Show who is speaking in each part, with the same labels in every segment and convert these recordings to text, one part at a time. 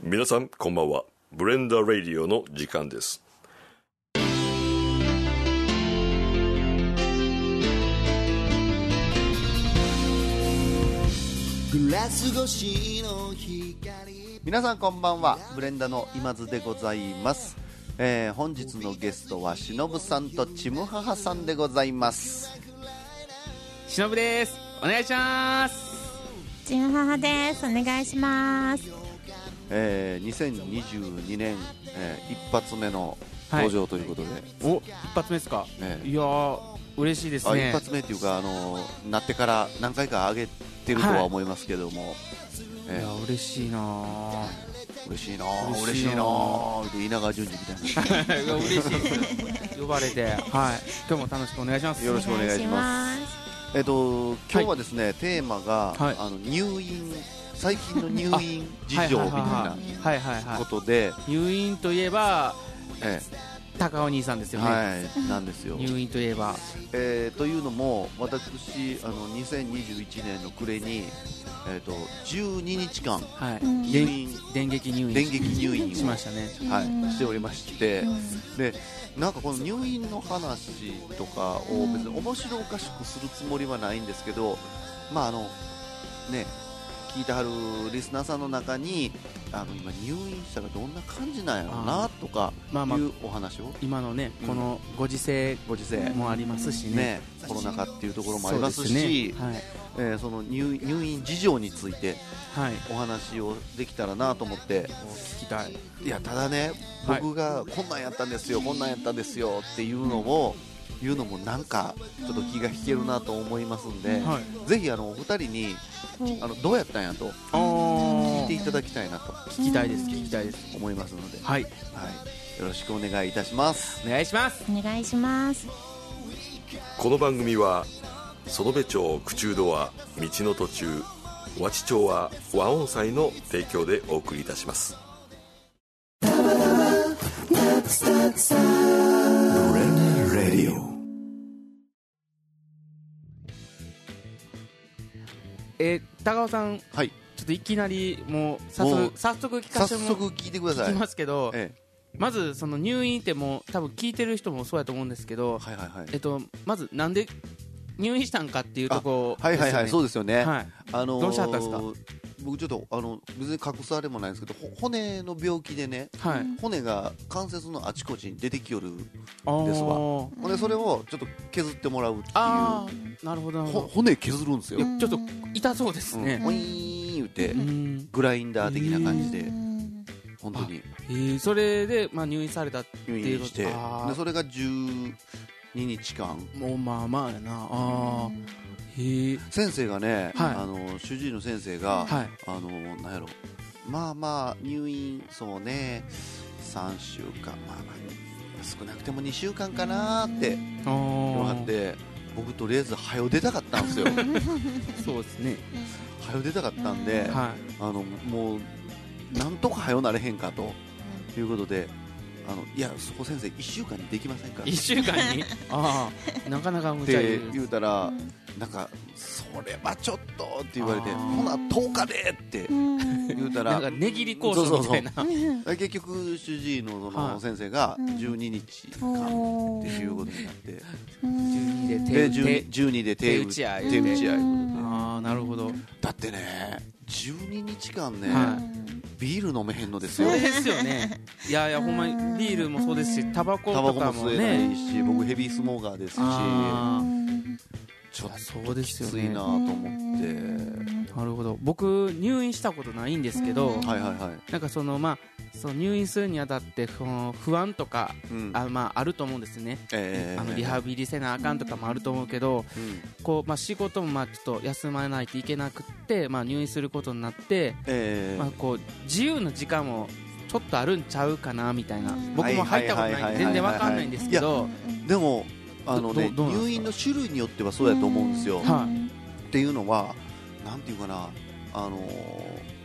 Speaker 1: 皆さんこんばんはブレンダーレディオの時間です
Speaker 2: グラス越しの光
Speaker 3: 皆さんこんばんはブレンダの今津でございます、えー本日のゲストはしのぶさんとちむははさんでございます
Speaker 4: しのぶですお願いします
Speaker 5: ちんははです。お願いします。
Speaker 3: えー2022年、えー一発目の登場ということで、
Speaker 4: お一発目ですか、
Speaker 3: ええ
Speaker 4: いやー嬉しいです
Speaker 3: あ
Speaker 4: ね
Speaker 3: 一発目っていうか、あのーなってから何回か上げてると
Speaker 4: は
Speaker 3: はい思いますけども、
Speaker 4: いや嬉しいなー
Speaker 3: 嬉しいなあ嬉
Speaker 4: 嬉
Speaker 3: し
Speaker 4: し
Speaker 3: い
Speaker 4: いな
Speaker 3: な
Speaker 4: あ
Speaker 3: あって稲川淳二みたい
Speaker 4: いや嬉しいです 呼ばれてはい今日も楽しくお願いします
Speaker 3: よろしくお願いします
Speaker 5: お願いします。
Speaker 3: なえっと今日はですね、テーマが、
Speaker 4: はい
Speaker 3: あの入院最近の入院事情みたいな
Speaker 4: はいはいはいはいはい
Speaker 3: こ
Speaker 4: は
Speaker 3: とで、
Speaker 4: い入院といえば
Speaker 3: え
Speaker 4: 高尾兄さんです
Speaker 3: え
Speaker 4: よね、
Speaker 3: はいなんですよ、
Speaker 4: 入院といえば
Speaker 3: えーというのも私あの2021年の暮れに、えー、と12日間
Speaker 4: はい、
Speaker 5: うん
Speaker 3: 入
Speaker 4: 電
Speaker 3: 院
Speaker 4: 電撃入院
Speaker 3: 電撃入院を
Speaker 4: しましたね
Speaker 3: はい、しておりまして、
Speaker 5: うん
Speaker 3: でなんかこの入院の話とかを別に面白おかしくするつもりはないんですけど、まああのね聞いてはるリスナーさんの中にあの今入院したらどんな感じなんやろうなとかい
Speaker 4: まあまあ
Speaker 3: うお話を
Speaker 4: 今のね
Speaker 3: うん
Speaker 4: このご時世
Speaker 3: ご時世
Speaker 4: もありますしね
Speaker 3: ねコロナ禍っていうところもあります
Speaker 4: そう
Speaker 3: し
Speaker 4: ですねはい
Speaker 3: えーその入入院事情について
Speaker 4: はい、
Speaker 3: お話をできたらなと思って
Speaker 4: お聞きたい。
Speaker 3: いやただね
Speaker 4: はい
Speaker 3: 僕がこんなんやったんですよ、こんなんやったんですよっていうのを言うのもなんかちょっと気が引けるなと思いますんで、
Speaker 4: はい。
Speaker 3: ぜひあのお二人にあのどうやったんやと聞い
Speaker 4: 聞
Speaker 3: ていただきたいなと
Speaker 4: 聞きたいです。聞きたいです。
Speaker 3: 思いますので、は
Speaker 4: はい。
Speaker 3: い、よろしくお願いいたします。
Speaker 4: お願いします。
Speaker 5: お願いします。
Speaker 1: この番組は園部町口中堂は道の途中和知町は和音祭の提供でお送りいたします
Speaker 4: えー、高尾さん、ち
Speaker 3: はい、
Speaker 4: ょっといきなりも
Speaker 3: も
Speaker 4: う早
Speaker 3: う
Speaker 4: 速早速聞か
Speaker 3: 早
Speaker 4: せて
Speaker 3: 速
Speaker 4: も
Speaker 3: 聞いてくだ
Speaker 4: ら
Speaker 3: さ
Speaker 4: い
Speaker 3: い。
Speaker 4: ますけど、
Speaker 3: ええ、
Speaker 4: まずその入院ってもう多分聞いてる人もそうやと思うんですけど、
Speaker 3: はいはいはい
Speaker 4: えっとまずなんで入院したんかっていうとこ
Speaker 3: はいはいはい、そううですよね。
Speaker 4: はい。
Speaker 3: あのー
Speaker 4: どうしはったんですか
Speaker 3: 僕ちょっとあの別に隠すあれもないんですけどほ骨の病気でね
Speaker 4: はい。
Speaker 3: 骨が関節のあちこちに出てきよる
Speaker 4: あー
Speaker 3: ですわほんでそれをちょっと削ってもらうって
Speaker 4: あ
Speaker 3: い
Speaker 4: あ、なるほどな
Speaker 3: う
Speaker 4: る
Speaker 3: ほ
Speaker 4: ほ
Speaker 3: 骨削るんです
Speaker 4: ど。
Speaker 3: よ
Speaker 4: いやちょっと痛そうです
Speaker 3: うん
Speaker 4: ね。
Speaker 3: ウィーン言って
Speaker 4: うん。
Speaker 3: グラインダー的な感じで
Speaker 5: うん
Speaker 3: 本当に
Speaker 4: えーそれでまあ入院されたって
Speaker 3: 入
Speaker 4: いう
Speaker 3: 院
Speaker 4: こ
Speaker 3: し
Speaker 4: と。
Speaker 3: てで
Speaker 4: あー
Speaker 3: それが12日間
Speaker 4: もうまあまあやなあーへえ
Speaker 3: 先生がね
Speaker 4: はい
Speaker 3: あの主治医の先生が
Speaker 4: はい
Speaker 3: あのなんやろまあまあ入院そうね3週間まあまあ少なくても2週間かなーって
Speaker 4: あ
Speaker 3: 言わは
Speaker 4: あ
Speaker 3: って僕とりあえず早う出たかったん ですよ
Speaker 4: そうですね
Speaker 3: 早う出たかったんであ
Speaker 4: は
Speaker 3: のもうなんとか早うなれへんかということであのいやそこ先生1週間にできませんか
Speaker 4: い
Speaker 3: っ
Speaker 4: 1週間 にああなかなか無茶
Speaker 3: て
Speaker 4: 言
Speaker 3: 言
Speaker 4: う
Speaker 3: うたら
Speaker 5: うん
Speaker 3: なんかそれはちょっとって言われて
Speaker 4: あー
Speaker 3: ほな10日でって言うた
Speaker 4: なん
Speaker 3: ら
Speaker 4: か値切り交渉みたいな
Speaker 3: 結局主治医のそ
Speaker 4: は
Speaker 3: の
Speaker 4: い
Speaker 3: 先生が
Speaker 5: うん
Speaker 3: 12日間っていうことになって
Speaker 4: 12で手
Speaker 3: で
Speaker 4: 打ち
Speaker 3: 12 12で手打
Speaker 4: 手打
Speaker 3: ち
Speaker 4: ち合い
Speaker 3: 手打ち合い
Speaker 4: ああなるほど
Speaker 3: だってね12日間ね、
Speaker 4: は
Speaker 3: ビール飲めへんのです
Speaker 4: そ
Speaker 3: よ
Speaker 4: うですよねいやいやほんまにビールもそうですしタバコ
Speaker 3: タバ
Speaker 4: と
Speaker 3: コ
Speaker 4: か
Speaker 3: も
Speaker 4: も
Speaker 3: 吸えな
Speaker 4: ね
Speaker 3: いし、僕ヘビースモーガーですし
Speaker 4: あ
Speaker 3: ちょっと
Speaker 4: そうですよ
Speaker 3: つい
Speaker 4: ね
Speaker 3: なと思って、
Speaker 4: なるほど僕入院したことないんですけど
Speaker 3: はいはいはい、
Speaker 4: なんかそのまあその入院するにあたってその不安とか
Speaker 3: うん
Speaker 4: あまああると思うんですね
Speaker 3: えー
Speaker 4: あのリハビリせなあかんとかもあると思うけど、
Speaker 3: うん
Speaker 4: こうまあ、仕事もまあちょっと休まないといけなくって、まあ、入院することになって、
Speaker 3: えー
Speaker 4: まあ、こう自由な時間もちょっとあるんちゃうかなみたいな僕も入ったこと
Speaker 3: はいはいはいはいはいはいい
Speaker 4: な全然わかんないんですけど
Speaker 3: でもあの、ね、
Speaker 4: どどうなんですか
Speaker 3: 入院の種類によってはそうやと思うんですよ、
Speaker 4: は
Speaker 3: っていうのはなんていうかなあのー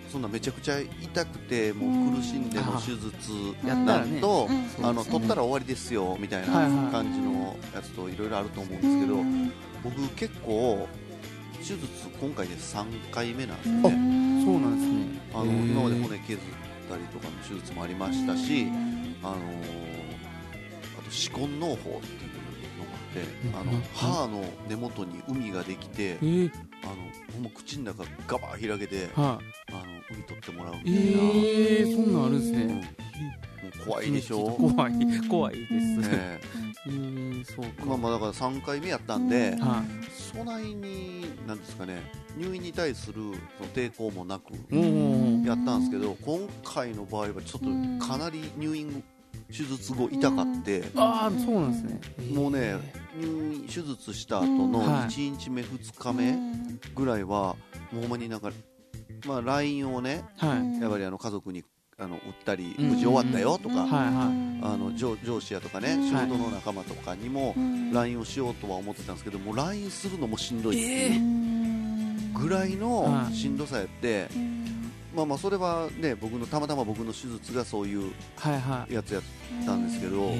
Speaker 3: そんなめちゃくちゃ痛くてもう苦しんでの手術
Speaker 4: や
Speaker 5: っ
Speaker 3: な
Speaker 4: たら
Speaker 3: ん
Speaker 4: ね
Speaker 3: と、
Speaker 5: うん
Speaker 3: あの取ったら終わりですよみたいな
Speaker 4: はいはい
Speaker 3: 感じのやつといろいろあると思うんですけど、僕結構手術今回で3回目なんですよね
Speaker 4: そうなんですね
Speaker 3: あの
Speaker 4: へー
Speaker 3: 今まで骨削っったりとかの手術もありましたし、あのーあと歯根農法っていうのがあって、あ
Speaker 4: うんう
Speaker 3: の
Speaker 4: ん
Speaker 3: 歯の根元に海ができて、
Speaker 4: えー、
Speaker 3: あのほんま口の中ガバー開けて、
Speaker 4: は
Speaker 3: あの海取ってもらうみ
Speaker 4: い、
Speaker 3: たいな、
Speaker 4: えー、そんなんあるんです
Speaker 3: うん
Speaker 4: ね
Speaker 3: もう怖いでし
Speaker 4: ち
Speaker 3: ょ
Speaker 4: ょっと怖い怖いです、ね、
Speaker 3: ね
Speaker 4: 入院そうか、
Speaker 3: まあまあだから3回目やったんで、
Speaker 4: は
Speaker 3: そないになんですかね入院に対するその抵抗もなく
Speaker 4: いもう
Speaker 3: やったんですけど今回の場合はちょっとかなり入院手術後痛かって
Speaker 4: ああそうなんですね
Speaker 3: もうね入院手術した後の
Speaker 4: はい
Speaker 3: 1日目2日目ぐらいはもうほんまになんか、まあ、LINE をね
Speaker 4: はい
Speaker 3: やっぱりあの家族にあの売ったり
Speaker 4: うん
Speaker 3: 無事終わったよとか、
Speaker 4: はいは
Speaker 3: あの上上司やとかね、仕事の仲間とかにも LINE をしようとは思ってたんですけどもう LINE するのもしんどいっていうぐらいの
Speaker 4: はい
Speaker 3: しんどさやって、まあまあそれはね僕のたまたま僕の手術がそういう
Speaker 4: はいはい
Speaker 3: やつやったんですけど、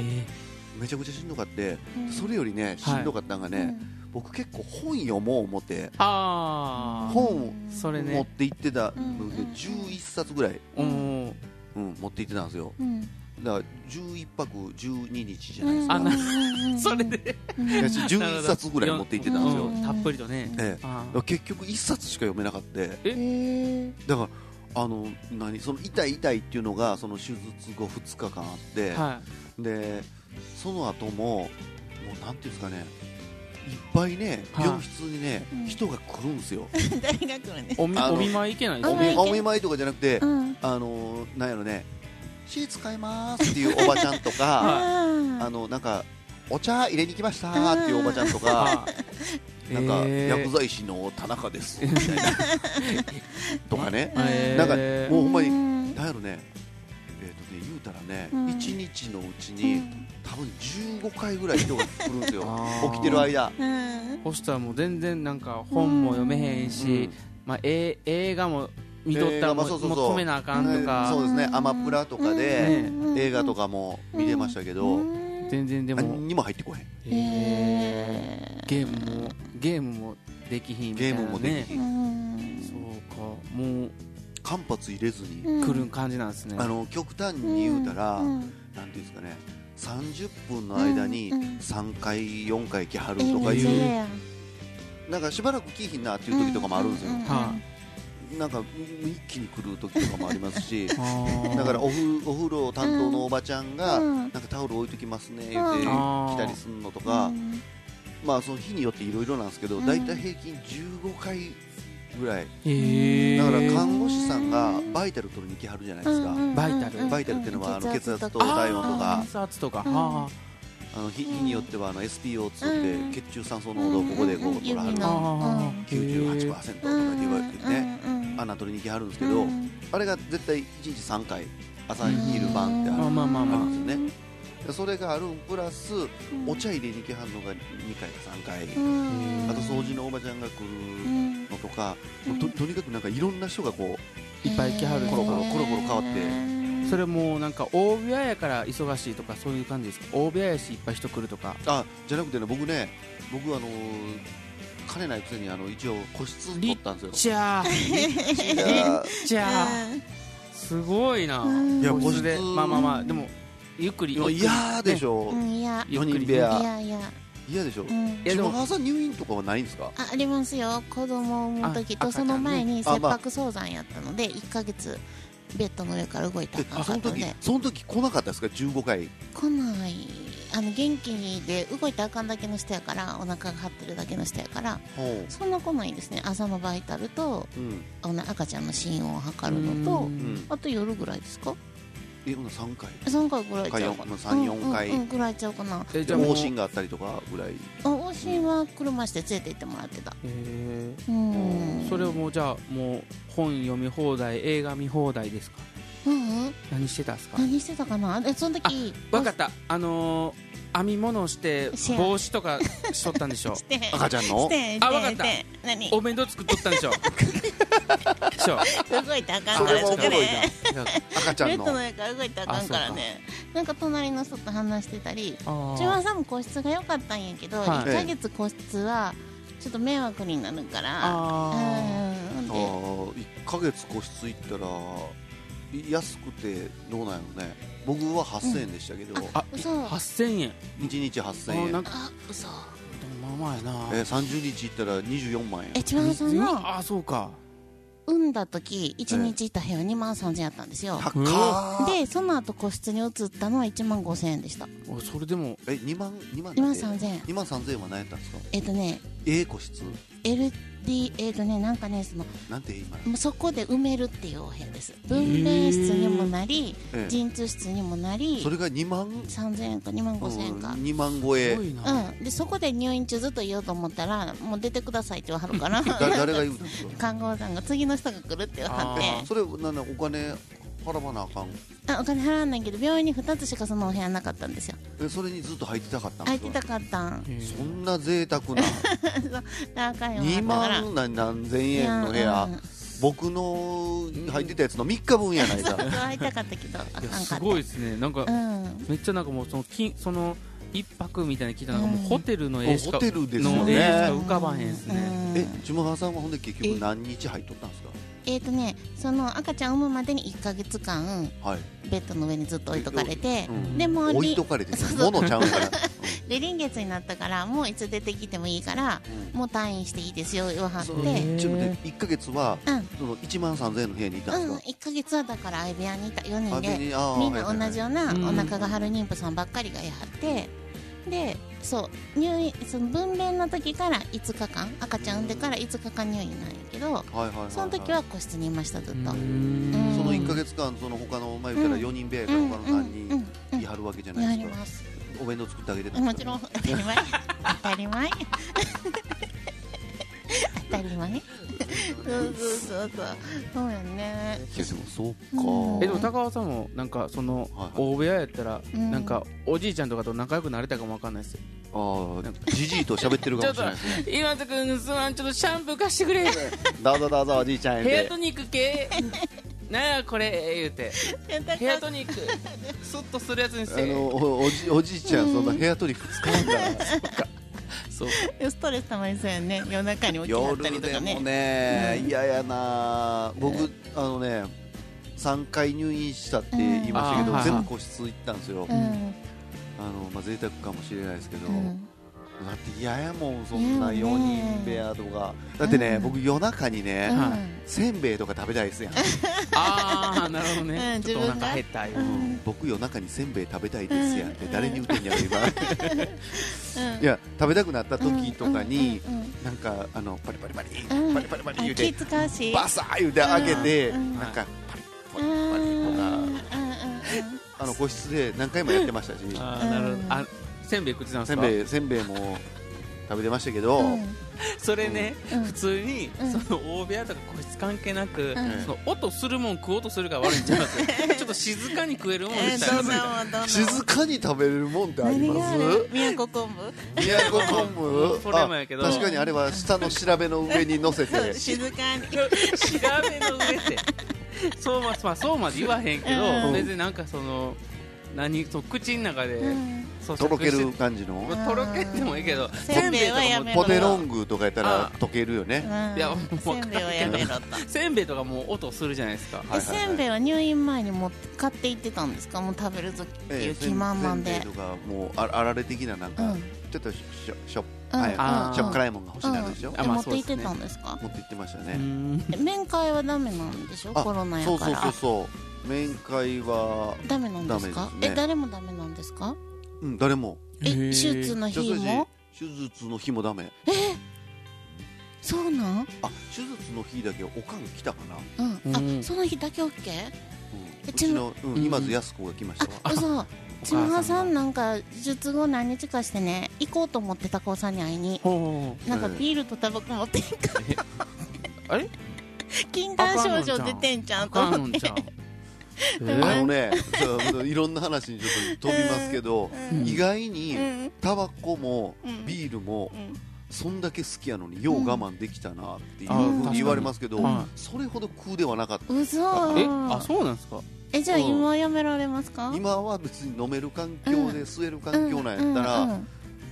Speaker 3: めちゃくちゃしんどかってそれよりねしんどかったんがね、僕結構本読もう思って
Speaker 4: ああ
Speaker 3: 本を
Speaker 4: それ
Speaker 3: 持っ
Speaker 4: ね
Speaker 3: て行ってたので11冊ぐらい、
Speaker 4: おー
Speaker 3: うん、持って行ってたんですよだから11泊12日じゃないですか、
Speaker 4: あなそれで
Speaker 3: いや11冊ぐらい持って行ってたんですよ、
Speaker 5: なるほど
Speaker 4: うんたっぷりとね
Speaker 3: ええ
Speaker 4: あ
Speaker 3: だから
Speaker 4: ー
Speaker 3: 結局1冊しか読めなかった
Speaker 5: え
Speaker 3: だからあの何その痛い痛いっていうのがその手術後2日間あって、
Speaker 4: は
Speaker 3: でその後ももうなんていうんですかねいっぱいね
Speaker 4: はい
Speaker 3: 病室にね、
Speaker 5: うん
Speaker 3: 人が来るんですよ、
Speaker 5: ー、大学ね
Speaker 4: い。お見
Speaker 3: あの
Speaker 4: お見舞い行けないで
Speaker 5: あ
Speaker 4: す
Speaker 3: お
Speaker 5: んまり
Speaker 3: 見お
Speaker 4: ね
Speaker 5: 行けない
Speaker 3: 見舞いとかじゃなくて、
Speaker 5: うん。
Speaker 3: あのなんやろねシーツ買いますっていうおばちゃんと か、あ
Speaker 5: あ
Speaker 3: のなんかお茶入れに来ましたーっていうおばちゃんとか、なんか、薬剤師の田中ですみ たいなとかね、なんか
Speaker 4: か
Speaker 3: もうほんまに
Speaker 5: に
Speaker 3: なんやろねえっ、とね言うたらね、
Speaker 5: うん
Speaker 3: 1日のうちに、多分15回ぐらい人が来るんですよ起きてる
Speaker 4: 間
Speaker 3: 間
Speaker 4: そしたらもう全然なんか本も読めへんし、まあ、え映画も見とったら
Speaker 3: 映画ま
Speaker 4: も
Speaker 3: あそう
Speaker 4: う
Speaker 3: そうそう
Speaker 4: もう止めなあかんと
Speaker 3: ねそう
Speaker 4: か
Speaker 3: ですねアマプラとかで、映画と
Speaker 5: か
Speaker 3: かも見れましたけど、
Speaker 4: 全然でも
Speaker 3: 何にも入ってこへん
Speaker 4: えーゲームもゲームもできひんみたいな、ね、
Speaker 3: ゲームもできひん
Speaker 4: そうかもう
Speaker 3: 間髪入れずに、
Speaker 4: 来る感じなんですね
Speaker 3: あの極端に言うたら、なんていうんですかね30分の間に
Speaker 5: うんうん
Speaker 3: 3回4回来はるとかいう、なんかしばらく来いひんなっていう時とかもあるんですよ、なんか一気に来る時とかもありますしだからおふお風呂担当のおばちゃんが、
Speaker 5: うん
Speaker 3: なんかタオル置いときますね言って
Speaker 5: うん
Speaker 3: 来たりするのとか、
Speaker 5: うん
Speaker 3: まあその日によっていろいろなんですけど
Speaker 5: うん
Speaker 3: 大体平均15回ぐらい
Speaker 4: え
Speaker 3: だから看護師さんがバイタル取りに来はるじゃないですか
Speaker 4: バイタル
Speaker 3: バイタルっていうのはあの血圧と
Speaker 5: うん
Speaker 3: 体温とか
Speaker 4: 血圧とか
Speaker 5: うん
Speaker 4: は
Speaker 3: あの日日によってはあの SPO2 って血中酸素
Speaker 5: う
Speaker 3: 濃度をここでこう取らはる
Speaker 5: 指
Speaker 3: の
Speaker 5: の
Speaker 4: あー
Speaker 3: 98%とかって言われてね
Speaker 5: うんうん
Speaker 3: 穴取りに来はるんですけどあれが絶対1日3回朝昼晩ってあ
Speaker 4: まあ
Speaker 3: る
Speaker 4: まあまあ
Speaker 3: ある
Speaker 4: ま
Speaker 3: んですよねでそれがあるんプラスお茶入れに来はるのが2回か3回あと掃除のおばちゃんが来るのとか、
Speaker 5: うん
Speaker 3: ととにかくなんかいろんな人がこ
Speaker 4: あいっぱい来はる
Speaker 3: コロコロコロコロ変わって
Speaker 5: て
Speaker 4: それもうなんか大部屋やから忙しいとかそういう感じですか大部屋やしいっぱい人来るとか
Speaker 3: うあじゃなくてね僕ね僕あのー金ないくせにあの一応個室取ったんですよ
Speaker 4: じゃあ
Speaker 3: いや
Speaker 4: じゃあすごいな
Speaker 5: うんい
Speaker 3: や
Speaker 4: 個室で
Speaker 3: 個室
Speaker 4: まあまあまあでもゆっくり
Speaker 3: ー
Speaker 4: ゆっくり
Speaker 3: 嫌でしょ
Speaker 5: うんいや
Speaker 4: ゆっくり
Speaker 3: 四人部屋
Speaker 5: いやいや
Speaker 3: 嫌でしょ
Speaker 5: うん
Speaker 4: やで
Speaker 3: 島
Speaker 4: も
Speaker 3: 川さん入院とかはないんですか
Speaker 5: あありますよ子供を産む時
Speaker 4: あ
Speaker 5: と
Speaker 4: 赤ちゃ
Speaker 5: そ
Speaker 4: んね
Speaker 5: の前に
Speaker 3: あ
Speaker 5: 切
Speaker 3: まあ
Speaker 5: 迫早産やったので1ヶ月ベッドの上から動いた
Speaker 3: え
Speaker 5: らあか
Speaker 3: そ
Speaker 5: ん
Speaker 3: の
Speaker 5: かったの
Speaker 3: 時
Speaker 5: で
Speaker 3: その時来なかったですか15回
Speaker 5: 来ないあの元気で動いたらあかんだけの人やからお腹が張ってるだけの人やから
Speaker 3: ほ
Speaker 5: そんな来ないですね朝のバイタルと
Speaker 3: ううん
Speaker 5: あの赤ちゃんの心音を測るのと
Speaker 3: うん
Speaker 5: あと夜ぐらいですか
Speaker 3: えほな3回
Speaker 5: 3回ぐらいちゃうか
Speaker 3: かよ
Speaker 5: な
Speaker 3: 三四回
Speaker 5: うんうんうんぐらいちゃうかな
Speaker 4: えじゃあもう
Speaker 3: 往診があったりとかぐらい
Speaker 5: あ往診は車して連れて行ってもらってた
Speaker 4: え
Speaker 5: うん
Speaker 4: ーそれをもうじゃあもう本読み放題映画見放題ですか
Speaker 5: うんうん
Speaker 4: 何してたんですか
Speaker 5: 何してたかなでその時
Speaker 4: わかったあのー、編み物して
Speaker 5: シェア
Speaker 4: 帽子とかしとったんでしょ
Speaker 5: して
Speaker 3: 赤ちゃん
Speaker 5: し
Speaker 3: の
Speaker 5: て
Speaker 4: あわかった
Speaker 5: して何
Speaker 4: お弁当作っとったんでしょでしょ
Speaker 5: 動いたらあか
Speaker 3: そ
Speaker 5: んか
Speaker 3: れ
Speaker 5: ら
Speaker 3: はおもろいな
Speaker 5: ね
Speaker 3: 赤ち
Speaker 5: ベ
Speaker 3: ゃん
Speaker 5: ッドの
Speaker 3: の
Speaker 5: 上から動いたらあかんからねなんか隣の人と話してたり
Speaker 4: あ
Speaker 5: 千葉さんも個室が良かったんやけど、
Speaker 4: はい
Speaker 5: 1ヶ月個室はちょっと迷惑になるから
Speaker 4: あ
Speaker 5: う
Speaker 3: あ
Speaker 5: ん
Speaker 3: 1ヶ月個室行ったらい安くてどうなんやろね僕は8000円でしたけど、
Speaker 4: あ
Speaker 5: 嘘
Speaker 4: 8000円
Speaker 3: 1日8000
Speaker 4: あ
Speaker 3: 円
Speaker 4: なんか
Speaker 5: あ嘘
Speaker 4: まあまあやな
Speaker 3: えー、30日行ったら24万円
Speaker 5: え千葉さんの
Speaker 4: あそうか
Speaker 5: 産んだ時一日いた部屋2万3000円やったんですよ
Speaker 3: 高っ
Speaker 5: でその後個室に移ったのは1万5000円でした
Speaker 4: おそれでも
Speaker 3: え2万2万
Speaker 5: 2万3000円
Speaker 3: 2万3000円は何やったんですか
Speaker 5: えっとね
Speaker 3: ええ個室
Speaker 5: LD えっとねなんかねその
Speaker 3: なんて今、
Speaker 5: もうそこで埋めるっていうお部屋です分娩室にもなり
Speaker 3: ええ
Speaker 5: 陣痛室にもなり
Speaker 3: それが2万
Speaker 5: 3000円か2万5000円か
Speaker 3: うん2万超
Speaker 4: す
Speaker 3: え
Speaker 4: ごいな、
Speaker 5: うんでそこで入院中ずっと言おうと思ったらもう出てくださいって言わはるから
Speaker 3: だ誰が言うたんですか
Speaker 5: 看護婦さんが次の人が来るって言わはっ
Speaker 4: あ
Speaker 5: て
Speaker 3: それなんだお金払わなあかん
Speaker 5: あお金払わないけど病院に2つしかそのお部屋なかったんですよ
Speaker 3: えそれにずっと入ってたかったん
Speaker 5: 空い
Speaker 3: で
Speaker 5: て
Speaker 3: す
Speaker 5: た
Speaker 3: か
Speaker 5: かったん
Speaker 4: へえ
Speaker 3: そんな贅沢な
Speaker 5: あかんよ
Speaker 3: 2
Speaker 5: だから
Speaker 3: 万何何千円の部屋
Speaker 5: うんうん
Speaker 3: 僕の入ってたやつの3日分やない
Speaker 5: そう
Speaker 3: か
Speaker 5: そう会いたかったけどあかん
Speaker 4: い
Speaker 5: か
Speaker 4: や
Speaker 5: った
Speaker 4: すごいですねなんか
Speaker 5: うん
Speaker 4: めっちゃなんかもうその金その一泊みたいなの聞いたらなんかもうホテルの絵しか、
Speaker 3: ホテルですよ
Speaker 4: の絵しか
Speaker 3: ね
Speaker 4: 浮かばへんですね、
Speaker 5: うん
Speaker 3: え島川さんはほんで結局何日入っとったんです
Speaker 5: えっ、とねその赤ちゃん産むまでに1か月間
Speaker 3: かはい、
Speaker 5: ベッドの上にずっと置いとかれて
Speaker 3: う、
Speaker 5: で
Speaker 3: ん、
Speaker 5: もう
Speaker 3: 置い
Speaker 5: り
Speaker 3: とかれて
Speaker 5: そうそう
Speaker 3: 物ちゃ うんから
Speaker 5: で臨月になったからもういつ出てきてもいいからもう退院していいですよ言わはって
Speaker 3: そうの
Speaker 5: ん
Speaker 4: ね
Speaker 3: ちょっとね1か月はその1万3000円の部屋にいたん
Speaker 5: うん
Speaker 3: ですか、
Speaker 5: 1か月はだから相部屋にいた4人
Speaker 3: あ
Speaker 5: で
Speaker 3: にあー
Speaker 5: みんな
Speaker 3: はいはいは
Speaker 5: 同
Speaker 3: い
Speaker 5: じような
Speaker 4: うん
Speaker 5: お腹が張る妊婦さんばっかりがやはってでそう入院その分娩の時から5日間赤ちゃん産んでから5日間入院なんやけど
Speaker 3: はいはいはいはい
Speaker 5: その時は個室にいましたずっと。
Speaker 4: う
Speaker 5: うん
Speaker 4: ん
Speaker 3: その1か月間その他の前言ったら4人部屋から他の何
Speaker 5: うんうん
Speaker 3: 人
Speaker 5: うんうん
Speaker 3: いはるわけじゃな
Speaker 5: や
Speaker 3: い
Speaker 5: り
Speaker 3: ですか
Speaker 5: ます
Speaker 3: お弁当作ってあげてたんで
Speaker 5: も
Speaker 3: す
Speaker 5: ち
Speaker 3: か
Speaker 5: ろん当たり前当たり前当たり前そうそうそうそうそうよね
Speaker 3: いやでもそうか、
Speaker 5: うん
Speaker 4: えでも高尾さんもなんかその
Speaker 3: はいはい
Speaker 4: 大部屋やったら
Speaker 5: うん
Speaker 4: なんかおじいちゃんとかと仲良くなれたかもわかんないですよ
Speaker 3: ああじじいと喋ってるかもしれないですね
Speaker 4: 今津君すまんちょっとシャンプー貸してくれ
Speaker 3: どうぞどうぞおじいちゃんへ
Speaker 4: ヘア
Speaker 3: で
Speaker 4: トニック 系なんやこれ言うてヘアトニックスッとするやつにし
Speaker 3: あ
Speaker 4: て
Speaker 3: のおおじおじいちゃんそんなヘアトリック使うんだな
Speaker 4: そう
Speaker 5: ストレスたまりそうやね夜中に起きはったり
Speaker 3: 夜
Speaker 5: と
Speaker 3: で
Speaker 5: か
Speaker 3: も
Speaker 5: ね
Speaker 3: ね嫌、やな僕あのね3回入院したって言いましたけ
Speaker 4: うん
Speaker 3: ど
Speaker 4: あー
Speaker 3: 全部個室行ったんですよ、
Speaker 5: う
Speaker 3: あ
Speaker 5: ん
Speaker 3: のまあ贅沢かもしれないですけど、
Speaker 5: うん
Speaker 3: だって嫌やもんそんな
Speaker 5: 嫌
Speaker 3: 4
Speaker 5: やね
Speaker 3: 人部屋とかだってね、
Speaker 5: うん
Speaker 3: 僕夜中にね、
Speaker 4: は
Speaker 3: せんべいとか食べたいですやん、
Speaker 4: ああなるほどね、
Speaker 5: うん
Speaker 4: ちょっとお腹減
Speaker 5: 自
Speaker 4: ったよ、
Speaker 3: うん僕夜中にせんべい食べたいですやんって誰に言うてんやろ今
Speaker 5: うん
Speaker 3: いや食べたくなった時とかに、
Speaker 5: うんうんうん
Speaker 3: なんかあのパリパリパリ、
Speaker 5: うん
Speaker 3: パリパリパリ
Speaker 5: あ
Speaker 3: 言う
Speaker 5: 気
Speaker 3: て
Speaker 5: 使うし
Speaker 3: バサー言うて開けて、
Speaker 5: うんうん
Speaker 3: なんかパリパリ
Speaker 5: うん
Speaker 3: パリと
Speaker 5: うんうん
Speaker 3: かあの個室で何回もやってましたし
Speaker 4: あーなるほど
Speaker 5: うん
Speaker 4: あせんべい食ってたんで
Speaker 3: せん
Speaker 4: すか
Speaker 3: べいせんべいも食べてましたけど、
Speaker 5: うんうん
Speaker 4: それね、
Speaker 5: うん
Speaker 4: 普通に、
Speaker 5: うん
Speaker 4: その大部屋とか個室関係なく、
Speaker 5: うん
Speaker 4: その音するもん食おうとするから悪いんちゃいます ちょっと静かに食えるもんに
Speaker 5: え
Speaker 4: し
Speaker 5: ー
Speaker 4: たい
Speaker 5: ど
Speaker 4: です
Speaker 5: うなのどうなの
Speaker 3: 静かに食べれるもんってあり
Speaker 5: 何
Speaker 3: ま
Speaker 5: があ
Speaker 3: す
Speaker 5: る宮古昆布
Speaker 3: 宮古昆布
Speaker 4: それもやけど
Speaker 3: あ確かにあれは下の調べの上に乗せて
Speaker 5: 静かに
Speaker 4: 調べの上ってそうま,、まあ、そうまで言わへんけど、
Speaker 5: うん
Speaker 4: 別になんかその何その口の中で、
Speaker 5: うん
Speaker 4: そう
Speaker 3: とろける
Speaker 4: 食事
Speaker 3: 感じの
Speaker 4: まあとろけてもいいけど
Speaker 5: せんべいはやめろ
Speaker 3: ポテロングとかやったら
Speaker 4: あ
Speaker 3: 溶けるよね
Speaker 5: うん
Speaker 4: いやもう
Speaker 5: せんべいはやめろと
Speaker 4: せんべいとかもう音するじゃないですか
Speaker 3: はいは
Speaker 5: え
Speaker 3: いはい
Speaker 5: せんべいは入院前にもう買っていってたんですかもう食べると
Speaker 3: ええ
Speaker 5: き気満々で
Speaker 3: せんべいとかもうああられ的ななんか、
Speaker 5: うん
Speaker 3: ちょっとしょしょっ
Speaker 5: うん
Speaker 3: ぱい、
Speaker 4: あー
Speaker 3: しょっ辛いもんが欲しいなるでしょ、
Speaker 5: うん
Speaker 4: あ
Speaker 5: え
Speaker 4: まあ
Speaker 5: 持って行
Speaker 4: そう
Speaker 5: って
Speaker 4: ですね
Speaker 5: たんですか
Speaker 3: 持って行ってました
Speaker 4: う
Speaker 3: ね、
Speaker 4: ん
Speaker 5: え面会はダメなんでしょ
Speaker 3: あ
Speaker 5: コロナや
Speaker 3: そう
Speaker 5: か
Speaker 3: そうそう
Speaker 5: ら
Speaker 3: そう面会は、
Speaker 5: ダメなんですか
Speaker 3: ダメですね
Speaker 5: え誰もダメなんですか
Speaker 3: うん、誰も
Speaker 5: え手術の
Speaker 3: ちょ
Speaker 5: 日も
Speaker 3: 手術の日もダメ
Speaker 5: そうなん
Speaker 3: あ手術の日だけおかん来たかな、うん
Speaker 5: うん
Speaker 4: うん
Speaker 5: あその日だけ OK
Speaker 3: う
Speaker 5: え
Speaker 3: ちの、うん
Speaker 4: うん
Speaker 3: 今津安子が来ましたわ
Speaker 5: あ嘘千
Speaker 4: お
Speaker 5: 葉
Speaker 4: 母
Speaker 5: さ
Speaker 4: さん
Speaker 5: んなんか術後何日かしてね行こうと思って高尾さんに会いに
Speaker 4: ほう
Speaker 5: なんか
Speaker 3: ええ
Speaker 5: ビールとタバコ持っていか
Speaker 4: あれ
Speaker 5: 禁断症状出てんじゃんと
Speaker 4: あかん
Speaker 5: 思
Speaker 4: の
Speaker 5: っ
Speaker 4: ん
Speaker 5: て
Speaker 4: ちゃう
Speaker 3: あのね、そういろんな話にちょっと飛びますけど、
Speaker 4: うん
Speaker 3: 意外に
Speaker 5: うん
Speaker 3: タバコも
Speaker 5: うん
Speaker 3: ビールも
Speaker 5: うん
Speaker 3: そんだけ好きやのによう我慢できたなっていう
Speaker 4: あ
Speaker 3: ふう
Speaker 4: 確か
Speaker 3: に
Speaker 4: に
Speaker 3: 言われますけど、
Speaker 4: は
Speaker 3: それほど空ではなかった。
Speaker 5: うそ
Speaker 4: えあそうなんですか
Speaker 5: えじゃあ今はやめられますか
Speaker 3: 今は別に飲める環境で吸える環境なんやったら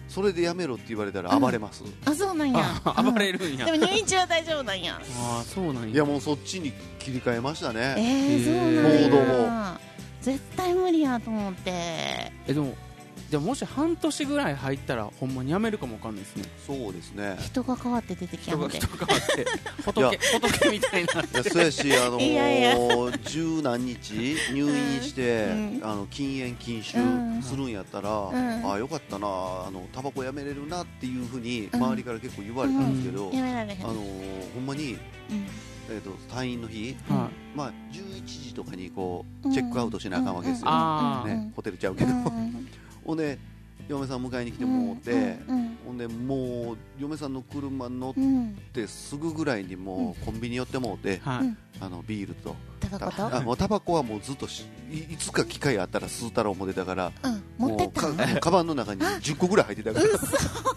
Speaker 3: それでやめろって言われたら暴れます、
Speaker 5: あそうなんや
Speaker 4: あ暴れるんや
Speaker 5: でも入院中は大丈夫な んや
Speaker 4: ああそうなんや
Speaker 3: いやもうそっちに切り替えました
Speaker 5: え
Speaker 3: ね
Speaker 5: ー、
Speaker 4: へー
Speaker 5: そうなん
Speaker 3: 報道
Speaker 5: や絶対無理やと思って
Speaker 4: えでもでももし半年ぐらい入ったらほんまにやめるかもわかんないですね
Speaker 3: そうですね
Speaker 5: 人が変わって出てきや
Speaker 4: 人
Speaker 5: ん
Speaker 4: が
Speaker 5: で
Speaker 4: 人変わって 仏仏みたいになって
Speaker 3: いやそうやし、あのー
Speaker 5: いやいや
Speaker 3: 十何日入院して、
Speaker 5: うん
Speaker 3: あの禁煙禁酒
Speaker 5: うん
Speaker 3: するんやったら、
Speaker 5: ん
Speaker 3: ああよかったなあのタバコやめれるなっていうふうに
Speaker 5: うん
Speaker 3: 周りから結構言われたんですけど、
Speaker 5: やめられへん
Speaker 3: あのーほんまに、
Speaker 5: うん
Speaker 3: えー、と退院の日、
Speaker 4: は
Speaker 3: まあ、11時とかにこ
Speaker 5: う
Speaker 3: うんチェックアウトしなあかんわけですよ、
Speaker 4: あー
Speaker 3: ねホテルちゃうけど、 ほんで嫁さん迎えに来てもらって、
Speaker 5: うん
Speaker 3: ほんでもう嫁さんの車乗っ
Speaker 5: うんうん
Speaker 3: てすぐぐらいにもうコンビニ寄ってもうて
Speaker 4: い、はい
Speaker 3: あのビールと。
Speaker 5: タバコと
Speaker 3: あもうタバコはもうずっとしいいつか機会あったら吸うたろう思ってたから
Speaker 5: うん持ってった
Speaker 3: もう
Speaker 5: の
Speaker 3: か もうカバンの中に10個ぐらい入ってたから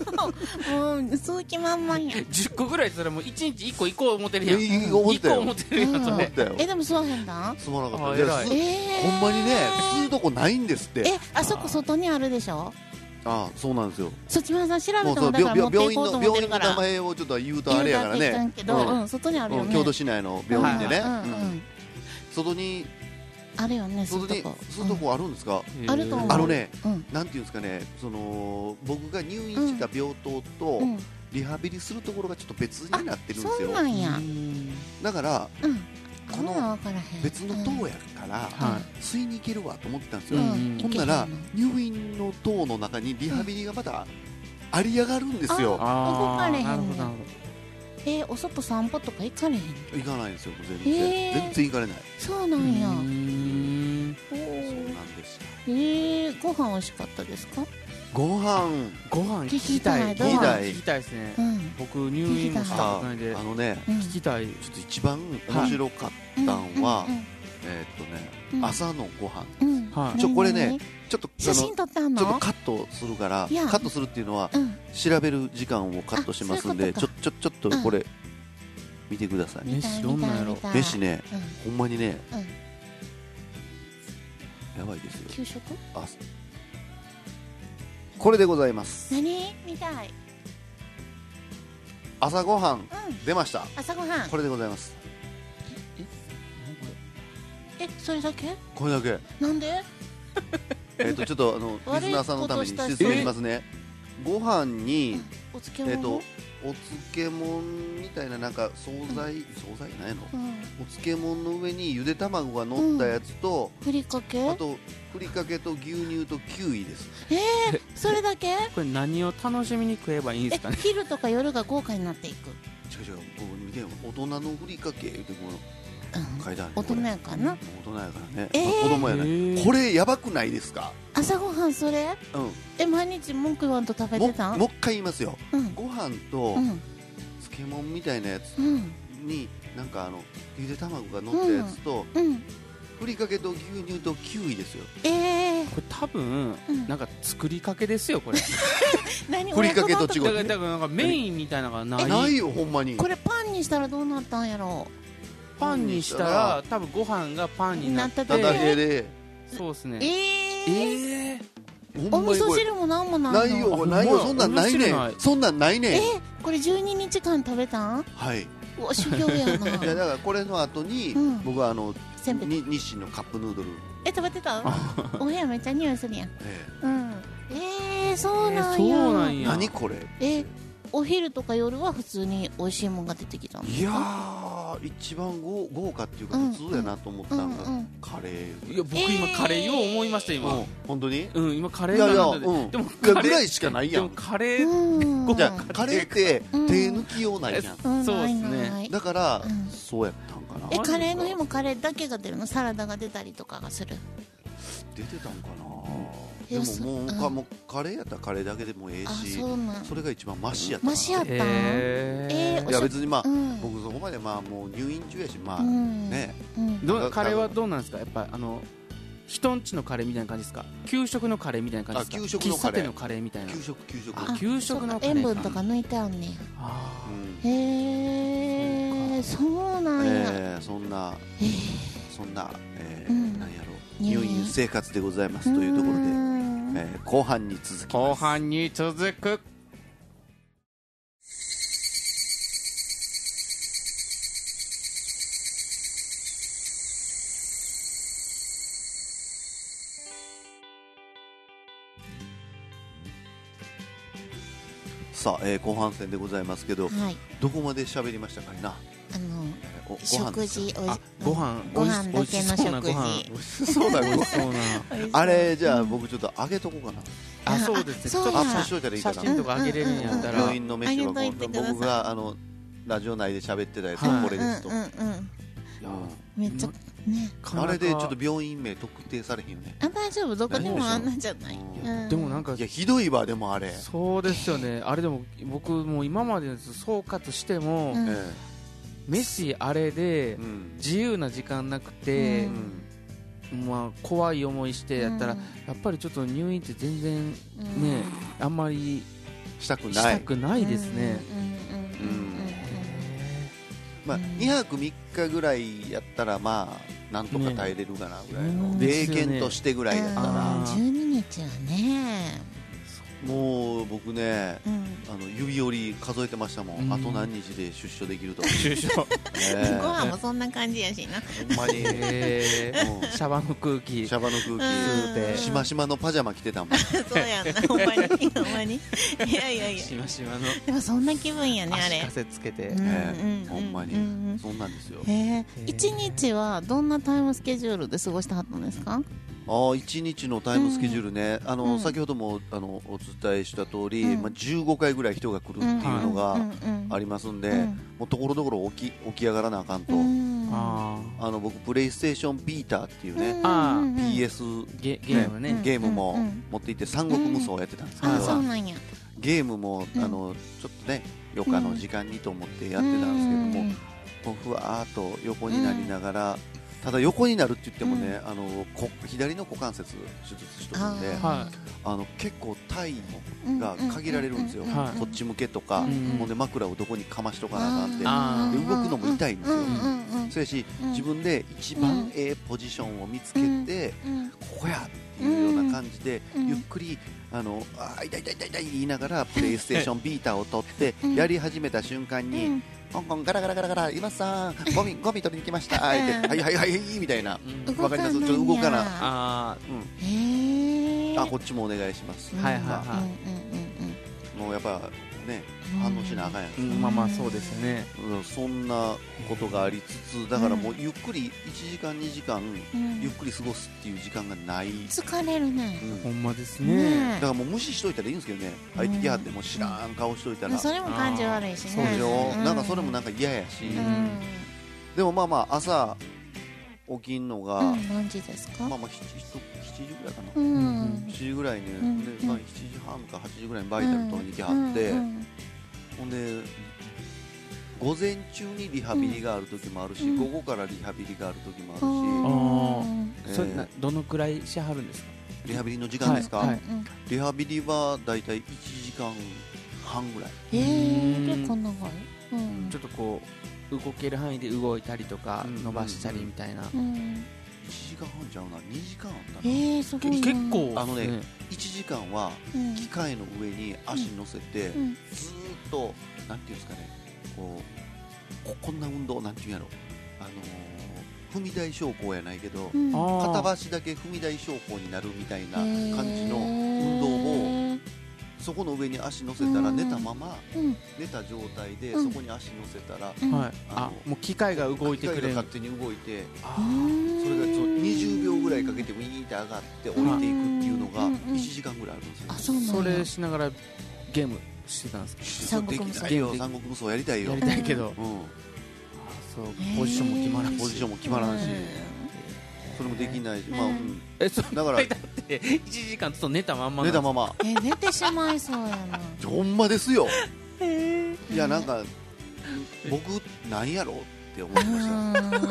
Speaker 5: もう数気満々や
Speaker 4: 10個ぐらいそれもう1日1個行こう思ってるやん
Speaker 3: いい思ってた
Speaker 4: 1
Speaker 3: よ
Speaker 4: 個思ってるやんそ
Speaker 5: うん
Speaker 3: 思
Speaker 4: れ
Speaker 3: ったよ
Speaker 5: えでも吸わへんだ
Speaker 3: 吸まなか
Speaker 4: あ
Speaker 3: ったいや
Speaker 4: 偉い
Speaker 3: 吸
Speaker 5: えー
Speaker 3: ほんまにね吸うとこないんですって
Speaker 5: えあそこ外にあるでしょ
Speaker 3: ああそうなんですよ
Speaker 5: そっちまさん調べ
Speaker 3: もう
Speaker 5: た
Speaker 3: そ
Speaker 5: の
Speaker 3: う
Speaker 5: だから
Speaker 3: 病
Speaker 5: 持って
Speaker 3: 病
Speaker 5: い
Speaker 3: 院
Speaker 5: こうと
Speaker 3: の
Speaker 5: 思っ
Speaker 3: 病
Speaker 5: て
Speaker 3: 院の
Speaker 5: るか
Speaker 3: 名
Speaker 5: ら
Speaker 3: 前をちょっと言うとあれやから
Speaker 5: 言うだけ言ったん
Speaker 3: ね
Speaker 5: け
Speaker 3: う
Speaker 5: ど、
Speaker 3: ん
Speaker 5: うん、外にあるよ
Speaker 3: うん
Speaker 5: ね。
Speaker 3: 京都市内の病院でね
Speaker 5: う
Speaker 3: うん
Speaker 5: うんうん
Speaker 3: ん外に
Speaker 5: あるよね、そうい
Speaker 3: 外
Speaker 5: うと
Speaker 3: に
Speaker 5: こ。
Speaker 3: 吸うとこあるんですか
Speaker 5: あると思う
Speaker 3: あのね
Speaker 5: うん。
Speaker 3: なんていうんですかねその僕が入院してた病棟と
Speaker 5: うん。
Speaker 3: リハビリするところがちょっと別になってるんです
Speaker 5: そ
Speaker 3: よ
Speaker 5: うなんや。
Speaker 3: だから
Speaker 5: うん。
Speaker 3: こ
Speaker 5: こ
Speaker 3: の
Speaker 5: んなんわからへん。
Speaker 3: 別の
Speaker 5: うん
Speaker 3: 棟やから、
Speaker 4: は
Speaker 3: 吸いに行けるわと思ってたんです
Speaker 4: う
Speaker 3: よ、
Speaker 4: ん
Speaker 3: ほんなら入院の棟の中にリハビリがまたあり上がるんですよ、
Speaker 4: ああ
Speaker 5: 動かれへんねん
Speaker 4: なるほどなるほど
Speaker 5: えー、お外散歩とか行かれへん。
Speaker 3: 行かないんですよ全然、
Speaker 5: へー
Speaker 3: 全然行かれない
Speaker 5: そうな
Speaker 4: うん
Speaker 5: や。
Speaker 4: ーん
Speaker 3: そ
Speaker 5: お
Speaker 3: う
Speaker 5: ー
Speaker 3: なんですよ
Speaker 5: えー、ご飯美味しかったですか？
Speaker 3: ご飯
Speaker 4: ご飯
Speaker 5: 聞
Speaker 4: 聞
Speaker 5: き
Speaker 4: き
Speaker 5: た
Speaker 4: た
Speaker 5: い
Speaker 4: い
Speaker 5: どう
Speaker 4: ご飯聞きたいですね
Speaker 5: うん。
Speaker 4: 僕入院もした
Speaker 3: あ
Speaker 4: ことないで
Speaker 3: あのね
Speaker 5: うん
Speaker 4: 聞きたい
Speaker 3: ちょっと一番面白かったんは、えーっとね、
Speaker 5: うん
Speaker 3: 朝のご飯
Speaker 5: うん。うん。
Speaker 4: は
Speaker 3: ちょこれね
Speaker 5: 何々。
Speaker 3: ちょっとあ
Speaker 5: 写
Speaker 3: の
Speaker 5: 真撮った
Speaker 3: ちょっと
Speaker 5: の？
Speaker 3: カットするから
Speaker 5: いや
Speaker 3: カットするっていうのは
Speaker 5: うん。
Speaker 3: 調べる時間をカットしますんで
Speaker 5: あ
Speaker 3: ち
Speaker 5: そう
Speaker 3: ょ
Speaker 5: いう
Speaker 3: ちょちょっとこれ見てください、
Speaker 5: 見た
Speaker 4: 飯
Speaker 5: い
Speaker 4: どん
Speaker 5: 見
Speaker 4: なん
Speaker 5: た
Speaker 4: や
Speaker 5: い
Speaker 4: ろ
Speaker 5: 見たい。
Speaker 3: 飯ね
Speaker 5: うん。
Speaker 3: ほんまにね、
Speaker 5: うん
Speaker 3: やばいですよ
Speaker 5: 給食？
Speaker 3: あこれでございます
Speaker 5: 何？見たい。
Speaker 3: 朝ごはん
Speaker 5: うん。
Speaker 3: 出ました
Speaker 5: 朝ごはん
Speaker 3: こ。れでございます
Speaker 5: え、それだけ？
Speaker 3: これだけ
Speaker 5: なんで？
Speaker 3: えっとちょっとあの
Speaker 5: 悪い
Speaker 3: リスナーさんのために説明しますねご飯に
Speaker 5: お漬
Speaker 3: えっ
Speaker 5: 物
Speaker 3: と
Speaker 5: の？
Speaker 3: お漬物みたいななんか惣菜惣菜なんやの
Speaker 5: うん。
Speaker 3: お漬物の上にゆで卵が乗ったやつと
Speaker 5: ふりかけ
Speaker 3: あとふりかけと牛乳とキウイです
Speaker 5: それだけ
Speaker 4: これ何を楽しみに食えばいいんで
Speaker 5: え
Speaker 4: すかね
Speaker 5: 昼とか夜が豪華になっていく、
Speaker 3: 違う違うこう見てよ大人のふりかけ言うてこ
Speaker 5: うん
Speaker 3: の階段
Speaker 5: 大人やからな
Speaker 3: 大人やからね、
Speaker 5: えー
Speaker 3: まあ子供やね
Speaker 4: へー
Speaker 3: これやばくないですか
Speaker 5: 朝ごはんそれ
Speaker 3: うん
Speaker 5: え毎日文句言わんと食べ
Speaker 3: も
Speaker 5: てたん
Speaker 3: もう一回言いますよ
Speaker 5: うん
Speaker 3: ご飯と
Speaker 5: うん
Speaker 3: 漬物みたいなやつ
Speaker 5: うん
Speaker 3: に、なんかあのゆで卵が乗ったやつと、
Speaker 5: うん
Speaker 3: ふりかけと牛乳とキウイですよ
Speaker 5: えー、
Speaker 4: これ多分
Speaker 5: うん
Speaker 4: なんか作りかけですよこれ
Speaker 5: 何
Speaker 3: ふりかけと
Speaker 5: 親子丼
Speaker 3: 違
Speaker 4: だか
Speaker 3: う
Speaker 4: ら多分なんかメインみたいなのがない
Speaker 3: ないよほんまに
Speaker 5: これパンにしたらどうなったんやろ
Speaker 4: パンにしたら多分ご飯がパンになって
Speaker 5: な
Speaker 3: た
Speaker 5: った
Speaker 3: だ
Speaker 5: て
Speaker 3: けで
Speaker 4: そうです
Speaker 5: う
Speaker 4: ね
Speaker 5: え
Speaker 4: え
Speaker 5: ー、
Speaker 4: ー
Speaker 3: ほん
Speaker 5: お
Speaker 3: ま
Speaker 5: 味
Speaker 3: に
Speaker 5: 噌
Speaker 3: これ
Speaker 5: 汁も何もない
Speaker 3: な
Speaker 5: の
Speaker 3: いよ
Speaker 4: ほんまや
Speaker 3: ないよそんなんないね
Speaker 4: お味噌汁ない
Speaker 3: んそんなんないねん
Speaker 5: えこれ12日間食べたん
Speaker 3: はいいう
Speaker 5: わ修行や
Speaker 3: や
Speaker 5: な
Speaker 3: だからこれの後に、
Speaker 5: うん
Speaker 3: 僕はあの
Speaker 5: せんべい
Speaker 3: に日清のカップヌードル、
Speaker 5: え食べてたんお部屋めっちゃ匂いするやん
Speaker 3: え
Speaker 5: うんえー、そうなんや、
Speaker 4: えーそうなん
Speaker 3: え
Speaker 4: や
Speaker 3: 何これ
Speaker 5: えお昼とか夜は普通に美味しいもんが出てきたの
Speaker 3: いやー一番豪豪華っていうか
Speaker 5: うん
Speaker 3: 普通やなと思ったのが、
Speaker 5: うんうん
Speaker 3: カレー
Speaker 4: いや僕今カレーよう思いました
Speaker 3: うん
Speaker 4: 今
Speaker 3: 本当に
Speaker 4: うん今カレ
Speaker 3: い
Speaker 4: ー
Speaker 3: や
Speaker 4: が
Speaker 3: いや、
Speaker 4: な
Speaker 3: うんん、
Speaker 4: だでも
Speaker 3: いや
Speaker 4: カ
Speaker 3: ぐ
Speaker 4: レー
Speaker 3: らいしかない
Speaker 4: で
Speaker 3: や
Speaker 4: も
Speaker 3: ん
Speaker 4: カレー
Speaker 5: うん
Speaker 3: じゃあカレーって手
Speaker 5: うん
Speaker 3: 抜きようないやん、
Speaker 5: うん
Speaker 4: そうですね
Speaker 5: ないない
Speaker 3: だから、
Speaker 5: うん
Speaker 3: そうやったんかな
Speaker 5: えカレーの日もカレーだけが出るのサラダが出たりとかがする
Speaker 3: 出てたんかな、
Speaker 5: いや
Speaker 3: でももう,
Speaker 5: そ
Speaker 3: か、
Speaker 5: うん
Speaker 3: もうカレーやったらカレーだけでもええ
Speaker 5: あ
Speaker 3: し
Speaker 5: そうなん
Speaker 3: それが一番マシやったな
Speaker 5: マシやったん
Speaker 4: へー
Speaker 5: えー
Speaker 3: いや別にまあ、
Speaker 5: うん
Speaker 3: 僕そこまでまあもう入院中やしまあ、
Speaker 5: うん
Speaker 3: ね
Speaker 5: うん
Speaker 4: どうカレーはどうなんですかやっぱあの人んちのカレーみたいな感じですか給食のカレーみたいな感じですか
Speaker 3: あ給食のカレー
Speaker 4: 喫茶店のカレーみたいな
Speaker 3: 給食給食
Speaker 4: あ給食のカレー
Speaker 5: 塩
Speaker 4: か
Speaker 5: 分とか抜いてあんねん
Speaker 4: あ
Speaker 3: うん
Speaker 5: へえそうなんや
Speaker 3: えーそんな
Speaker 5: えー
Speaker 3: そんな、えー
Speaker 5: うん
Speaker 3: なんやろう
Speaker 5: 入
Speaker 3: 入
Speaker 5: 院
Speaker 3: 院生活でございますというところで、
Speaker 5: ん
Speaker 3: ええー後半に続き
Speaker 4: 後
Speaker 3: ます
Speaker 4: 半に続く
Speaker 3: さあ、えー後半戦でございますけど、
Speaker 5: はい
Speaker 3: どこまで喋りましたかいな、
Speaker 5: あの
Speaker 3: えーおご飯
Speaker 5: 食
Speaker 3: ですか
Speaker 5: 事おい
Speaker 4: あご飯
Speaker 5: ご飯だ
Speaker 4: おいし
Speaker 5: けの
Speaker 4: そうな
Speaker 5: 食
Speaker 4: ご飯
Speaker 5: 事
Speaker 3: 美味し そうだ
Speaker 4: 美
Speaker 3: ね
Speaker 4: 味しそう な
Speaker 3: あれじゃあ僕ちょっとあげとこうかな、
Speaker 4: あそうですねち
Speaker 5: あ
Speaker 4: ょっ
Speaker 5: そう
Speaker 4: と
Speaker 3: あ
Speaker 5: や
Speaker 3: 写真撮ったらいいか
Speaker 4: 写
Speaker 3: な
Speaker 4: 真とかあげれるんやったら
Speaker 3: 病院の飯は
Speaker 5: あげといてください
Speaker 3: 僕があのラジオ内で喋ってたやつは
Speaker 4: はい
Speaker 3: これですと、
Speaker 5: うんうんうん
Speaker 4: いや
Speaker 5: めっちゃね
Speaker 4: なかな
Speaker 3: あ
Speaker 4: か
Speaker 3: れでちょっと病院名特定されへんよね
Speaker 5: あ大丈夫どこでもあんなんじゃないうん
Speaker 4: でもなんか
Speaker 3: いやひどいわでもあれ、
Speaker 4: そうですよねあれでも僕もう今までのやつ総括しても、
Speaker 5: うん
Speaker 3: え
Speaker 4: 飯あれ
Speaker 3: え
Speaker 4: で
Speaker 3: うん
Speaker 4: 自由な時間なくて、まあ怖い思いしてやったら、
Speaker 5: うん
Speaker 4: やっぱりちょっと入院って全然ね、
Speaker 5: うん
Speaker 4: あんまり
Speaker 3: したく
Speaker 4: し
Speaker 3: な
Speaker 4: た
Speaker 3: い、
Speaker 4: くないですね、
Speaker 5: うんうんうんうんうん
Speaker 3: まあ、
Speaker 5: うん
Speaker 3: 2泊3日ぐらいやったらまあなんとか耐えれるかなぐらいの、
Speaker 4: ね
Speaker 3: 霊験としてぐらいやったら、
Speaker 5: うん12日はね
Speaker 3: もう僕ね
Speaker 5: うん
Speaker 3: あの指折り数えてましたもん、
Speaker 4: うん
Speaker 3: あと何日で出所でき ると、ね
Speaker 4: 中小
Speaker 5: ご
Speaker 3: え、
Speaker 5: 飯もそんな感じやしな
Speaker 3: ほん まに、
Speaker 4: えー
Speaker 3: うん
Speaker 4: シャワーの空気
Speaker 3: シャバの空
Speaker 5: うん
Speaker 4: で
Speaker 3: 気しましまのパジャマ着てたもん
Speaker 5: そうやんな、 ほんまに、ほんまに。いやいや いや、
Speaker 4: しましまの
Speaker 5: でもそんな気分やね、あ
Speaker 4: 足
Speaker 5: れ
Speaker 4: か。せつけて、
Speaker 5: うん
Speaker 3: ね
Speaker 5: うん
Speaker 3: ほんまに、
Speaker 5: うん
Speaker 3: そんなんですよ
Speaker 5: ええ、一日はどんなタイムスケジュールで過ごしてはったんですか。
Speaker 3: ああ1日のタイムスケジュールね、あの
Speaker 5: うん
Speaker 3: 先ほどもあのお伝えした通り、
Speaker 5: うん
Speaker 3: まあ、15回ぐらい人が来るっていうのがあ
Speaker 5: り
Speaker 3: りますんで、
Speaker 5: うん
Speaker 3: もうところどころ起き起き上がらなあかんと、
Speaker 5: あ
Speaker 4: あ
Speaker 3: あの僕プレイステーションビーターっていうね、
Speaker 4: あー
Speaker 3: PS
Speaker 4: ーゲゲームね、
Speaker 5: うん
Speaker 3: ゲームも
Speaker 5: うんうん
Speaker 3: 持っていて三国無双をやってたんですけど、
Speaker 5: あ、そうなんや。
Speaker 3: ゲームも、
Speaker 5: うん
Speaker 3: あのちょっとね余暇の時間にと思ってやってたんですけども、こうふわーっと横になりながら、ただ横になるって言ってもね、あのこ左の股関節手術しとくんで
Speaker 5: あー
Speaker 3: あ
Speaker 4: は
Speaker 3: の結構体位
Speaker 5: け
Speaker 3: が限られるんですよ、
Speaker 4: はい
Speaker 3: こっち向けとか、
Speaker 4: うん
Speaker 3: もうね、枕をどこにかましとかなあかんって
Speaker 4: あ
Speaker 3: で動くのも痛いんですよ、
Speaker 5: うん
Speaker 3: そうやし、
Speaker 5: うん
Speaker 3: 自分で一番ええポジションを見つけて、
Speaker 5: うん
Speaker 3: ここやっていうような感じで、
Speaker 5: うん
Speaker 3: ゆっくりあのあー痛い痛い痛い痛い言いながらプレイステーションビーターを取って、
Speaker 5: うん
Speaker 3: やり始めた瞬間
Speaker 5: う
Speaker 3: に、
Speaker 5: ん
Speaker 3: 香港ガラガラガラガラ今さんゴミゴミ取りに来ましたはい
Speaker 5: うん
Speaker 3: はいはいはいみたいな
Speaker 4: いう
Speaker 5: うんん。
Speaker 3: わかりますちょっと動かな
Speaker 5: あ。
Speaker 4: あ
Speaker 5: へえ。
Speaker 3: あこっちもお願いします
Speaker 4: はいはい
Speaker 3: ま
Speaker 4: はい
Speaker 5: い。
Speaker 3: あもうやっぱね反応しなあかんやん
Speaker 4: ーうんまあまあそうですね
Speaker 3: うんそんなことがありつつだからもうゆっくり1時間2時間
Speaker 5: うん
Speaker 3: ゆっくり過ごすっていう時間がない、うん
Speaker 5: 疲れるね。
Speaker 4: ほんまですね
Speaker 5: ね
Speaker 3: だからもう無視しといたらいいんですけどね相手来はってもう知らん顔しといたら
Speaker 5: それも感じ悪いし
Speaker 4: そう
Speaker 5: ね
Speaker 4: でし
Speaker 3: よなんかそれもなん
Speaker 5: か
Speaker 3: か嫌やし
Speaker 5: う、
Speaker 4: うん
Speaker 3: でもまあまあ朝起きんのが
Speaker 5: うん何時ですか、
Speaker 3: まあまあ 7, 時ぐらいかな
Speaker 5: うん
Speaker 4: うん
Speaker 3: 7時ぐらいに、
Speaker 5: ん
Speaker 3: でまあ、
Speaker 5: うん
Speaker 3: 7時半か8時ぐらいにバイタル取りに来はって、
Speaker 5: うん
Speaker 3: ほんで午前中にリハビリがある時もあるし、
Speaker 5: うん
Speaker 3: 午後からリハビリがある時もあるし、
Speaker 5: うん
Speaker 3: えー
Speaker 4: それなどのくらいしはるんですか
Speaker 3: リハビリの時間ですか、
Speaker 4: はいはい
Speaker 5: うん
Speaker 3: リハビリはだいたい1時間半ぐらい
Speaker 5: えー、結構長い、うん
Speaker 4: ちょっとこう動ける範囲で動いたりとか
Speaker 3: うん
Speaker 4: 伸ばしたりみたいな、
Speaker 5: うん、
Speaker 3: 1時間半ちゃうな2時間あったな、
Speaker 5: えー、すごいな
Speaker 3: あのね1時間は
Speaker 5: うん
Speaker 3: 機械の上に足乗せて、
Speaker 5: うん
Speaker 3: ずーっとなんていうんですかねこうここんな運動なんていうんやろあのー踏み台昇降やないけど、
Speaker 5: うん
Speaker 3: 片足だけ踏み台昇降になるみたいな感じの、
Speaker 5: へー
Speaker 3: 動もそこの上に足乗せたら
Speaker 5: うん
Speaker 3: 寝たまま
Speaker 5: うん
Speaker 3: 寝た状態で
Speaker 5: う
Speaker 3: そ
Speaker 5: ん
Speaker 3: こに足乗せたら
Speaker 5: うん
Speaker 4: はい、あもう機械が動いてく
Speaker 3: 機
Speaker 4: れ
Speaker 3: 械
Speaker 4: る
Speaker 3: が勝手に動いて
Speaker 5: う
Speaker 4: あ
Speaker 5: ん
Speaker 3: それがそう20秒ぐらいかけてウィーンって上がって降りていくっていうのが
Speaker 5: うんうん
Speaker 3: 1時間ぐらいあるんですよ
Speaker 5: あそうなんや
Speaker 4: それしながらゲームしてたんですか
Speaker 3: そうできない
Speaker 4: 三国無
Speaker 3: よ
Speaker 4: 双
Speaker 3: 三国無双やりたいよ
Speaker 4: やりたいけど、
Speaker 3: う
Speaker 4: あそう
Speaker 5: ー
Speaker 4: ポジションも決まらん
Speaker 3: ん
Speaker 4: し
Speaker 3: ポジションも決まらんし
Speaker 5: う
Speaker 3: それもできないしまあ
Speaker 5: う
Speaker 3: うんん
Speaker 4: えそ
Speaker 3: だから
Speaker 4: れだって1時間ずっと寝たまんま
Speaker 3: 寝た
Speaker 4: ま
Speaker 3: まま
Speaker 5: んえ寝てしまいそうやな
Speaker 3: ほんまですよ
Speaker 5: へ
Speaker 3: いやなんか僕なんやろって思いまし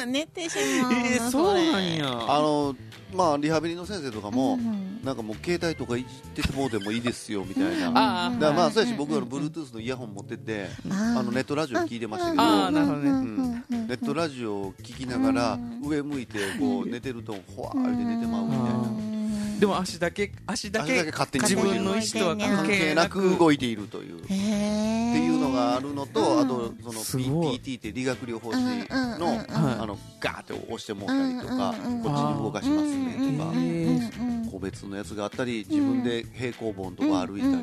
Speaker 3: た
Speaker 5: うん寝てしまうな
Speaker 4: えー、そうなんや
Speaker 3: あのまあリハビリの先生とかも、
Speaker 5: うん
Speaker 3: なんかもう携帯とかいじっててもうでもいいですよみたいな。だか
Speaker 4: あー
Speaker 3: らまあ
Speaker 5: はい
Speaker 3: そうやし僕は
Speaker 5: うんうんうん
Speaker 3: Bluetooth のイヤホン持ってて
Speaker 5: あ
Speaker 3: あのネットラジオ聞いてましたけど
Speaker 4: あーなるほどね
Speaker 3: うんネットラジオを聞きながら
Speaker 5: うん
Speaker 3: 上向いてこう寝てるとほわーって寝てまうみたい
Speaker 4: あ
Speaker 3: な
Speaker 4: ーでも足だけ足だ
Speaker 3: 足だ
Speaker 4: け
Speaker 3: け勝手に
Speaker 4: 自
Speaker 3: 動いて
Speaker 4: 分
Speaker 3: る
Speaker 4: の意思とは
Speaker 3: 関
Speaker 4: 関
Speaker 3: 係
Speaker 4: 係
Speaker 3: な
Speaker 4: な
Speaker 3: く
Speaker 4: く
Speaker 3: 動いているというっ
Speaker 5: へえ
Speaker 3: ていうのがあるのと、
Speaker 5: うん
Speaker 3: あとその
Speaker 4: すごい
Speaker 3: PTT って理学療法士
Speaker 5: うんうんうんうん
Speaker 3: の,、
Speaker 4: はい
Speaker 3: あのガーって押してもうたりとか、
Speaker 5: うんうんうん
Speaker 3: こっちに動かしますね
Speaker 5: うん
Speaker 3: とか、
Speaker 5: うんうんうん
Speaker 3: 個別のやつがあったり自分で平行本とか歩いたり、
Speaker 5: うんう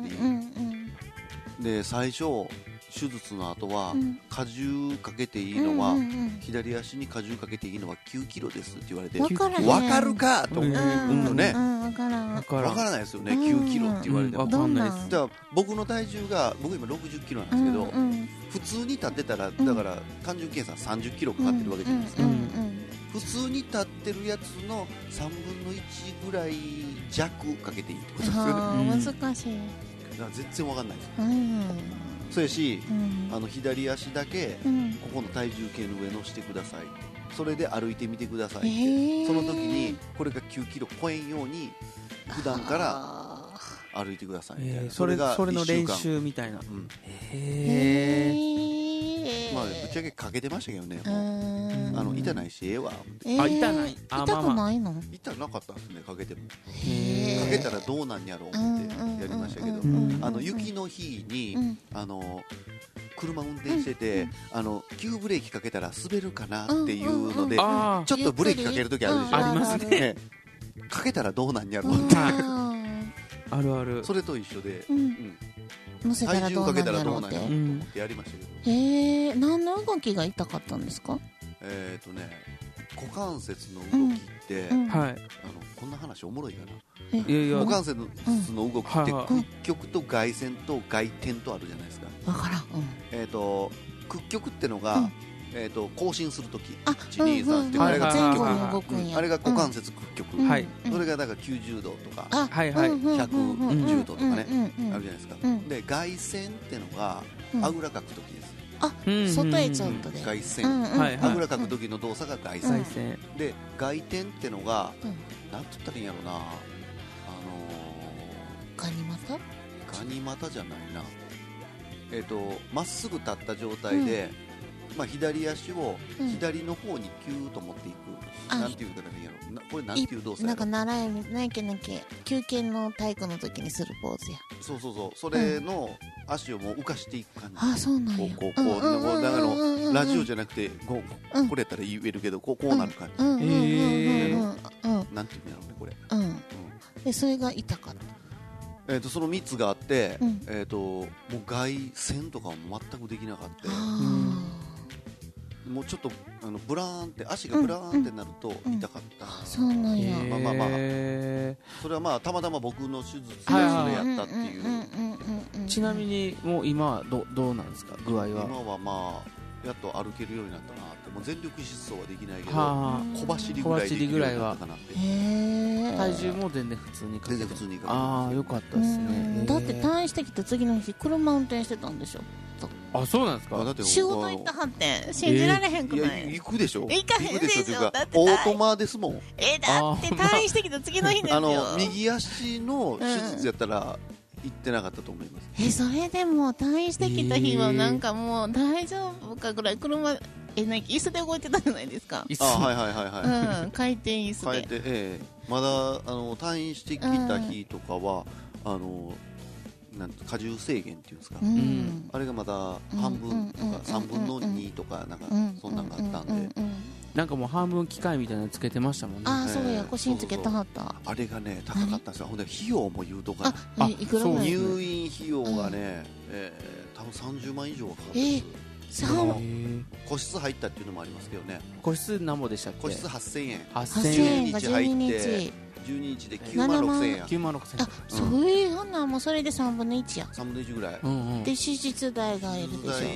Speaker 5: ん
Speaker 3: で最初手術の後は
Speaker 5: うん
Speaker 3: 荷重かけていい
Speaker 5: うん
Speaker 3: のは、
Speaker 5: うんうん
Speaker 3: 左足に荷重かけていいのは9キロですって言われて
Speaker 5: わからへん
Speaker 3: わかるかと思う、
Speaker 4: う
Speaker 5: うん
Speaker 3: うんとね
Speaker 5: うんわからん
Speaker 4: だ
Speaker 3: わ
Speaker 4: か
Speaker 3: かららないですよね9キロって言われても、
Speaker 4: うん
Speaker 5: どん
Speaker 4: わかんないです
Speaker 5: な
Speaker 3: だから僕の体重が僕今60キロなんですけど、
Speaker 5: うんうん
Speaker 3: 普通に立ってたら
Speaker 5: ん
Speaker 3: だから単純計算30キロかかってるわけじゃないですか、
Speaker 5: うんうん
Speaker 3: 普通に立ってるやつの3分の1ぐらい弱かけていいってこと
Speaker 5: う
Speaker 3: です
Speaker 5: ん
Speaker 3: よねだか
Speaker 5: は
Speaker 4: うん
Speaker 5: あ難しい
Speaker 3: ら全然わかんないです
Speaker 5: うん
Speaker 3: そうやし
Speaker 5: うん
Speaker 3: あの左足だけ
Speaker 5: うん
Speaker 3: ここの体重計の上乗してくださいそれで歩いてみてくださいって、
Speaker 5: へー
Speaker 3: その時にこれが9キロ超えんように普段から
Speaker 5: あー
Speaker 3: 歩いてくださいみたいな、
Speaker 4: えーそれ
Speaker 3: が
Speaker 4: それの
Speaker 3: 一週
Speaker 4: 練
Speaker 3: 間
Speaker 4: 習みたいな
Speaker 3: うん
Speaker 5: へ
Speaker 4: へえ
Speaker 5: え
Speaker 3: まあぶっちゃけかけてましたけどね、
Speaker 5: うん
Speaker 3: あの痛ないしええわ
Speaker 5: えー
Speaker 4: あ痛ないあ
Speaker 5: 痛
Speaker 4: まあま
Speaker 5: く
Speaker 4: あ
Speaker 5: ないの
Speaker 3: 痛なかったですねかけてもか
Speaker 5: へー
Speaker 3: けたらどうなんやろう思ってやりましたけど、
Speaker 5: うんうんうんうん
Speaker 3: あの雪の日に、
Speaker 5: うん
Speaker 3: あの車運転してて、あの急ブレーキかけたら滑るかなっていうので、
Speaker 5: うんうんうん
Speaker 4: ああ
Speaker 3: ちょっとブレーキかける時あるでしょ、
Speaker 4: あります
Speaker 3: ねかけたらどうなんやろうって、
Speaker 5: うん
Speaker 4: あるある
Speaker 3: それと一緒で、
Speaker 5: う
Speaker 3: うんん
Speaker 5: 乗せたら
Speaker 3: 体重
Speaker 5: どう
Speaker 3: か
Speaker 5: な
Speaker 3: け
Speaker 5: ん
Speaker 3: たら
Speaker 5: や
Speaker 3: ど
Speaker 5: ろ
Speaker 3: う
Speaker 5: うっ
Speaker 3: なん
Speaker 5: て
Speaker 3: やろうと思ってやりましたけど、
Speaker 5: えー、何の動きが痛かったんですか
Speaker 3: えっ、とね股関節の動きって、
Speaker 5: うん
Speaker 3: あの
Speaker 4: は
Speaker 3: こんな話おもろいかな
Speaker 4: いいやいや
Speaker 3: 股関節の動きって
Speaker 4: うん
Speaker 3: 屈曲と外旋と外転とあるじゃないですか、
Speaker 5: わからん、うん
Speaker 3: えっ、と屈曲ってのが、
Speaker 5: うん
Speaker 3: えっ、と更新するとき
Speaker 5: あ、
Speaker 3: 123って
Speaker 5: うん
Speaker 3: あ
Speaker 5: う
Speaker 3: れ
Speaker 5: ん
Speaker 3: が
Speaker 5: 前
Speaker 3: 屈
Speaker 5: 後
Speaker 3: 曲、
Speaker 5: に動くんや、
Speaker 3: あれが股関節屈曲、
Speaker 5: うん
Speaker 4: はい
Speaker 5: うん
Speaker 3: それがだから90度とか
Speaker 5: あ
Speaker 4: はいはい
Speaker 5: うんうんうんうん
Speaker 3: 110度とかね
Speaker 5: うんうんうん
Speaker 3: あるじゃないですか、
Speaker 5: うん
Speaker 3: で外旋ってのが
Speaker 5: うん
Speaker 3: あぐらかくときです、
Speaker 4: い
Speaker 5: 外へちょっとで、
Speaker 3: 外
Speaker 5: う
Speaker 3: 旋、
Speaker 5: んうん
Speaker 4: はい
Speaker 3: あぐらかくときの動作が外旋、
Speaker 4: 再生
Speaker 3: で外転ってのが
Speaker 5: うん
Speaker 3: なんつったらいいんやろなあの
Speaker 5: ガニ股
Speaker 3: ー、ガニ股じゃないなえっ、とまっすぐ立った状態で、まあ、左足を
Speaker 5: うん
Speaker 3: 左の方にキューッと持っていく、
Speaker 5: あ
Speaker 3: なんていう言い方でいいんやろなこれなんていう動作
Speaker 5: な
Speaker 3: や
Speaker 5: んか
Speaker 3: ろ
Speaker 5: 習いないけなけ休憩の体育の時にするポーズや
Speaker 3: そうそうそうそれの足をもう浮かしていく感じ、
Speaker 5: あそうなんや
Speaker 3: こうこうこう
Speaker 5: うんうんうん
Speaker 3: だから
Speaker 5: うんうんうん
Speaker 3: ラジオじゃなくてこう
Speaker 5: うん
Speaker 3: これやったら言えるけどこうこうなる感じ、
Speaker 5: うんうんうんうん
Speaker 4: へ
Speaker 5: うんうん
Speaker 3: なんていうんやろねこれ、
Speaker 5: うん
Speaker 3: うん
Speaker 5: でそれが痛かった
Speaker 3: えー、とその3つがあって、
Speaker 5: うん
Speaker 3: えー、ともう外旋とかは全くできなかった
Speaker 5: あ
Speaker 3: もうちょっとあのブラーンって足がブラーンってなると
Speaker 5: うん
Speaker 3: 痛かった、
Speaker 5: ーそうなんや
Speaker 3: まあまあまあ
Speaker 4: へ
Speaker 3: それはまあたまたま僕の手術でそれ
Speaker 4: はい
Speaker 3: やったっていう、
Speaker 5: い
Speaker 4: ーちなみにもう今はどどうなんですか具合
Speaker 3: 今
Speaker 4: は
Speaker 3: はまあやっと歩けるようになったなってもう全力疾走はできないけど
Speaker 4: は
Speaker 3: 小走りぐらいできるようになったかなって
Speaker 5: へえ
Speaker 4: あ体重も全然普通にかけ
Speaker 3: 全
Speaker 4: て
Speaker 3: 然普通にかけてま
Speaker 4: あ
Speaker 3: す
Speaker 4: あ
Speaker 3: け
Speaker 4: よ
Speaker 3: ど
Speaker 4: かったですね
Speaker 5: だって
Speaker 4: へー
Speaker 5: 退院してきて次の日車運転してたんでしょ
Speaker 4: あそうなんです
Speaker 3: あだ
Speaker 4: か
Speaker 3: って
Speaker 5: 仕事行ったはって信じられへんく
Speaker 3: いや
Speaker 5: ない、
Speaker 3: 行くでしょ
Speaker 5: 行かへん
Speaker 3: くでしょ
Speaker 5: で
Speaker 3: ってい
Speaker 5: しょ
Speaker 3: う
Speaker 5: だ
Speaker 3: か
Speaker 5: って
Speaker 3: オートマですもん
Speaker 5: えだって退院してきた次の日ですよ
Speaker 3: あの右足の手術やったら行ってなかったと思います、
Speaker 5: えそれでも退院してきた日はなんかもう大丈夫かぐらい車えなんか椅子で動いてたじゃないですか、
Speaker 4: いつ
Speaker 3: あはいはいはいはい、
Speaker 5: うん、回転椅子
Speaker 3: 変え
Speaker 5: で
Speaker 3: て、ええまだあの退院してきた日とかは、あのなんて荷重制限っていうんですか、
Speaker 5: うん
Speaker 3: あれがまだ半分と
Speaker 5: うんうんうんうんう
Speaker 3: か
Speaker 5: ん
Speaker 3: 3分の2とかなんか
Speaker 5: うん
Speaker 3: そんなんがあったんで、
Speaker 5: うううん
Speaker 4: なんかもう半分機械みたいなのつけてましたもんね
Speaker 5: ああ
Speaker 3: ええ
Speaker 5: そうや腰につけたはった
Speaker 3: あれがね高かったんですよほんで費用も言うとか
Speaker 5: あ
Speaker 3: ね
Speaker 4: あ
Speaker 5: えいくら
Speaker 4: そ
Speaker 5: ぐ
Speaker 4: う
Speaker 5: らい
Speaker 3: 入院費用がね、ええ多分30万以上はかかってます、
Speaker 5: 三
Speaker 4: へー
Speaker 3: 個室入ったっていうのもありますけどね
Speaker 4: 個室何本でしたっけ
Speaker 3: 個室8000円
Speaker 5: 8000
Speaker 4: 8000円
Speaker 5: 円が12日
Speaker 3: 12日で9万6000円や
Speaker 4: 9万6000
Speaker 5: あ
Speaker 4: 円
Speaker 5: そういうほんなんもうそれで3分の1や
Speaker 3: 3分の1ぐらい
Speaker 4: うんうん
Speaker 5: で手術代がいるでしょ
Speaker 3: 手術代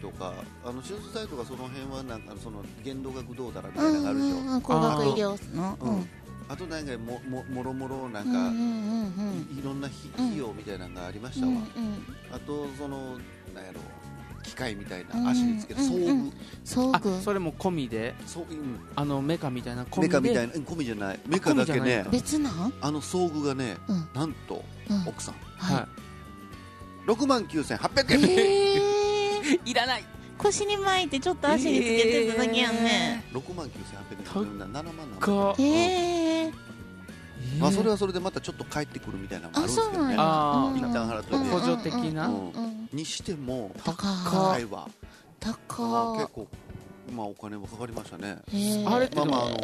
Speaker 3: とかあの手術代とかその辺はなんかその限度額どうだらみ
Speaker 5: う
Speaker 3: たいなの
Speaker 5: ん
Speaker 3: があ
Speaker 5: う
Speaker 3: るでしょ、
Speaker 5: んうん高額医療の
Speaker 3: う
Speaker 5: うんん
Speaker 3: あとなんかもももろもろな
Speaker 5: うんうん
Speaker 3: んか、
Speaker 5: うん
Speaker 3: いいろんなひ
Speaker 5: うん
Speaker 3: 費用みたいなのがありまし
Speaker 5: うんう
Speaker 3: たわ、
Speaker 5: んうん
Speaker 3: あとそのなんやろ機械みたい
Speaker 5: うん
Speaker 3: な足につける装具、
Speaker 5: うんうん装
Speaker 4: あ
Speaker 5: 具
Speaker 4: それも込みで
Speaker 3: 装具うん
Speaker 4: あのメカみたいな込み
Speaker 3: メ
Speaker 4: で
Speaker 3: カみたいなうんゴミじゃないメカだけ
Speaker 4: ゴミじゃ
Speaker 3: ね
Speaker 4: ない
Speaker 5: 別なん
Speaker 3: あの装具がね
Speaker 5: うん
Speaker 3: なんと
Speaker 5: うん
Speaker 3: 奥さん
Speaker 4: は
Speaker 3: 6万9800円、
Speaker 5: ええ
Speaker 4: いいらない
Speaker 5: 腰に巻いてちょっと足につけてただけやんね
Speaker 3: 6万9800円7万7
Speaker 4: か
Speaker 5: ええ
Speaker 4: え
Speaker 3: まあ、それはそれでまたちょっと帰ってくるみたいなのもあ
Speaker 5: あ
Speaker 3: るんです
Speaker 5: そう
Speaker 3: けど
Speaker 5: なん
Speaker 3: ね
Speaker 5: や
Speaker 4: あー
Speaker 5: うん
Speaker 3: 一旦払っといて
Speaker 4: 補助的な
Speaker 5: うんうんうん
Speaker 3: にしても
Speaker 5: 高
Speaker 3: 高いわあー
Speaker 5: 高
Speaker 3: 結構、まあ、お金もかかりましたね
Speaker 5: へえ
Speaker 4: あれって
Speaker 3: まあまああ
Speaker 4: で
Speaker 3: の
Speaker 4: も、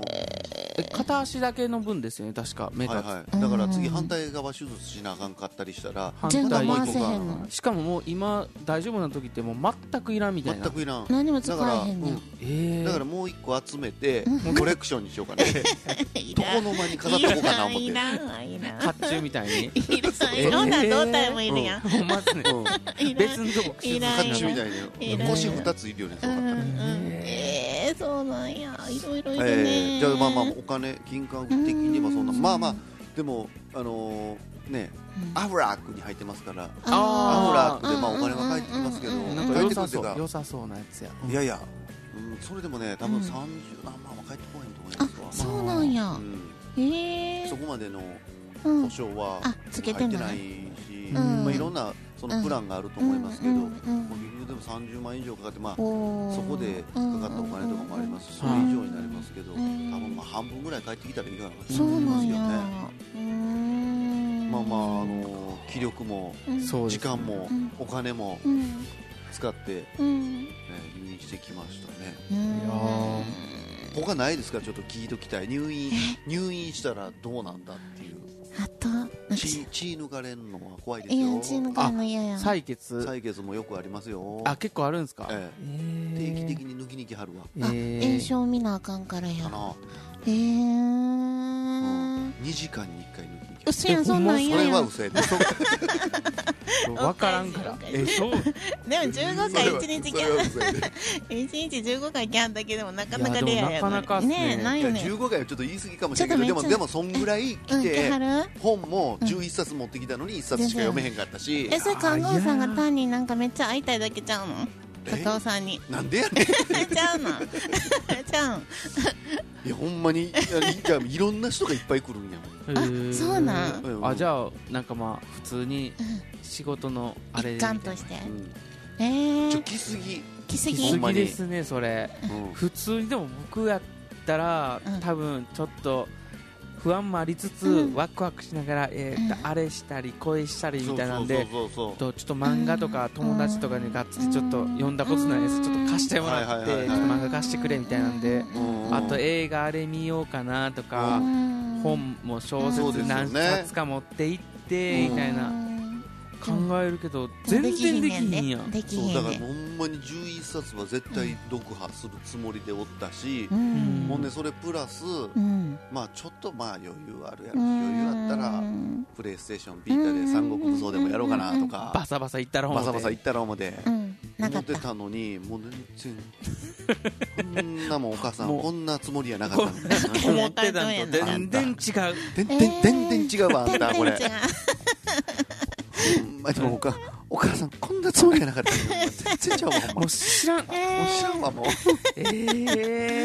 Speaker 4: え片足だけの分ですよね確か目が、
Speaker 3: はいはい、だから次
Speaker 5: うん
Speaker 3: 反対側手術しなあかんかったりしたら
Speaker 4: 反対
Speaker 5: 全部
Speaker 3: もう
Speaker 5: 回
Speaker 3: 一個
Speaker 5: せへん
Speaker 3: があ
Speaker 5: の
Speaker 3: る
Speaker 4: しかももう今大丈夫な時ってもう全くいらんみたい
Speaker 3: 全
Speaker 4: な
Speaker 3: くいらん
Speaker 5: 何も使
Speaker 3: だから、
Speaker 5: えへんねん
Speaker 3: う
Speaker 4: ええ
Speaker 3: んだからもう一個集めてコレクションにしよ うかな
Speaker 5: い
Speaker 3: ど
Speaker 5: ら
Speaker 3: こ
Speaker 5: ん
Speaker 3: の間に飾っとこうかな思って
Speaker 5: いらんいらんわいらん
Speaker 4: 甲冑みたいに
Speaker 5: いらんいろんな胴体もいるやん
Speaker 4: ほんまっすね
Speaker 3: うん
Speaker 5: いらん
Speaker 4: 別のとこ口
Speaker 5: いらん
Speaker 3: 甲冑みた
Speaker 5: い
Speaker 3: い
Speaker 5: ら
Speaker 3: なん腰二ついるよねそう
Speaker 5: う
Speaker 3: だった
Speaker 5: んう
Speaker 3: ら
Speaker 5: んええそうなんやいろいろいるね、
Speaker 3: えーじゃあまあまあお金金額的にはそんな
Speaker 5: うん
Speaker 3: まあまあでもあのーねアフラックに入ってますから
Speaker 4: あー
Speaker 3: アフラ
Speaker 5: あ
Speaker 3: ックでまあお金は返ってきますけど
Speaker 5: うんうんうん
Speaker 4: なんか良さ
Speaker 3: 返ってくるってい
Speaker 4: そうう
Speaker 3: か
Speaker 4: 良さそうなやつや
Speaker 3: いやいや、うん、それでもね多分
Speaker 5: うん
Speaker 3: 30何万は返ってこないと思い
Speaker 5: あ
Speaker 3: ますわ、
Speaker 5: そうなんや
Speaker 3: うん
Speaker 5: へえ
Speaker 3: そこまでの
Speaker 5: うん
Speaker 3: 保証は
Speaker 5: あつけて
Speaker 3: 入って
Speaker 5: も
Speaker 3: な
Speaker 5: ないい
Speaker 3: し、
Speaker 5: うん
Speaker 3: まあ、いろんなそのプランがあると思いますけど、
Speaker 5: うん
Speaker 3: もう
Speaker 5: うん
Speaker 3: でも30万以上かかって、まあ、
Speaker 5: おー
Speaker 3: そこでかかったお金とかもありますし、それ以上になりますけど、
Speaker 5: うん
Speaker 3: 多分まあ半分ぐらい返ってきたらいいかなと
Speaker 5: そう
Speaker 3: 思い
Speaker 5: な
Speaker 3: ます
Speaker 5: ん
Speaker 3: よ
Speaker 5: や
Speaker 3: ね。
Speaker 5: うーん
Speaker 3: まあまあ、あの気力も
Speaker 5: うん
Speaker 4: そうです
Speaker 3: 時間も
Speaker 5: うん
Speaker 3: お金も
Speaker 5: うん
Speaker 3: 使って、ね、
Speaker 5: うん
Speaker 3: 入院してきましたね。
Speaker 5: うん
Speaker 4: いやー
Speaker 3: 他ないですからちょっと聞いときたい入院入院したらどうなんだっていう
Speaker 5: あとなんか
Speaker 3: 血血抜かれるのは怖いです
Speaker 5: いや血
Speaker 3: よ
Speaker 5: 抜かんの嫌や
Speaker 4: 採血
Speaker 3: 採血もよくありますよ
Speaker 4: あ結構あるんですか、
Speaker 3: ええ
Speaker 4: え
Speaker 3: 定
Speaker 4: え
Speaker 3: 期的に抜きにきはるわ
Speaker 5: あ
Speaker 4: ええ
Speaker 5: 炎症見なあかんか
Speaker 3: か
Speaker 5: らや
Speaker 3: な
Speaker 5: へえ
Speaker 3: 2時間に1回抜きにきはる
Speaker 5: 嘘やんそんなん
Speaker 4: え
Speaker 3: そ
Speaker 5: 嫌
Speaker 3: れ
Speaker 5: や
Speaker 3: は
Speaker 5: ん
Speaker 3: 嘘やで
Speaker 4: わからんから
Speaker 5: おかしい
Speaker 4: えそう
Speaker 5: でも15回1日キ
Speaker 1: それ
Speaker 5: ャ
Speaker 1: は
Speaker 5: ン
Speaker 1: 嘘やで
Speaker 5: 1日15回キャンだけでもなかなかレア
Speaker 4: い
Speaker 5: や
Speaker 4: やでもなかなかっすね
Speaker 5: ねえないいよ
Speaker 3: や
Speaker 5: ね
Speaker 3: 15回はちょっと言い過ぎかもしれないけ
Speaker 5: ちょ
Speaker 3: ど
Speaker 5: っ
Speaker 3: でもで
Speaker 5: とめっちゃ
Speaker 3: もそんぐらい
Speaker 5: う
Speaker 3: 来
Speaker 5: ん来
Speaker 3: て
Speaker 5: はる
Speaker 3: 本も11冊持ってきたのに1冊しか読めへんかったし
Speaker 5: えそれ看護婦さんが単になんかめっちゃ会いたいだけちゃうの
Speaker 3: え
Speaker 5: 高尾さんに
Speaker 3: なんでやねん
Speaker 5: ちゃうのちゃうの
Speaker 3: いやほんまにいやいやいろんな人がいっぱい来るんやもん
Speaker 4: あ
Speaker 5: そうなん
Speaker 3: うん
Speaker 4: あじゃあなんかまあ普通に仕事のあれ
Speaker 5: 一貫として
Speaker 3: うん
Speaker 5: えー
Speaker 3: ちょ来すぎ
Speaker 5: 来す
Speaker 4: 行
Speaker 5: ぎ
Speaker 4: き
Speaker 3: ほん
Speaker 4: 過
Speaker 3: ま
Speaker 4: ぎ
Speaker 3: に
Speaker 4: ですねそれ
Speaker 3: うん
Speaker 4: 普通にでも僕やったら、
Speaker 5: うん
Speaker 4: 多分ちょっと不安もありつつ、
Speaker 5: うん
Speaker 4: ワクワクしながら、えー
Speaker 5: う
Speaker 4: あれしたり声したりみたいなん
Speaker 3: そ
Speaker 4: で
Speaker 3: うそうそうそう
Speaker 4: とちょっと漫画とか友達とかにがっつりちょっと
Speaker 5: うん
Speaker 4: 読んだことないやつちょっと貸してもらって、
Speaker 3: はいはいはいはい
Speaker 4: ちょっと漫画貸してくれみたいなんで、
Speaker 3: うん
Speaker 4: あと映画あれ見ようかなとか、
Speaker 5: うん
Speaker 4: 本も小
Speaker 3: そうです
Speaker 4: 説
Speaker 3: よね
Speaker 4: 何冊か持って行って
Speaker 3: うん
Speaker 4: みたいな、
Speaker 5: うん
Speaker 4: 考えるけど全然できひ
Speaker 5: ね
Speaker 4: んやん
Speaker 5: でき
Speaker 3: そう
Speaker 5: ひ
Speaker 3: だ
Speaker 5: ん
Speaker 3: から
Speaker 5: ね
Speaker 3: ほんまに11冊は絶対読破するつもりでおったし、
Speaker 5: ん
Speaker 3: ほんでそれプラス、
Speaker 5: うん
Speaker 3: まあちょっとまあ余裕あるやろし
Speaker 5: う
Speaker 3: 余裕あったら
Speaker 5: ん
Speaker 3: プレイステーションビータで三国武装でもやろうかなとか
Speaker 4: バサバサ行ったらほん
Speaker 3: バ
Speaker 4: ま
Speaker 3: サバサ行ったら思って
Speaker 5: うんなか
Speaker 3: 思
Speaker 5: っ
Speaker 3: って
Speaker 5: た
Speaker 3: たのにもう全然こん なもんお母さん
Speaker 4: もう
Speaker 3: こんなつもりやなかったんだ
Speaker 5: こ
Speaker 4: 思ってたんと全然
Speaker 3: 全
Speaker 4: 違う
Speaker 5: えー
Speaker 3: 然全然違うわあんたこれ
Speaker 5: 全然違う
Speaker 3: ほんまにもうおかお母さんこんなつもりやなかったんだよ全然ちゃうわほんま
Speaker 4: もう 知らん
Speaker 5: え
Speaker 3: もう
Speaker 5: ー
Speaker 3: 知らんわもう
Speaker 4: え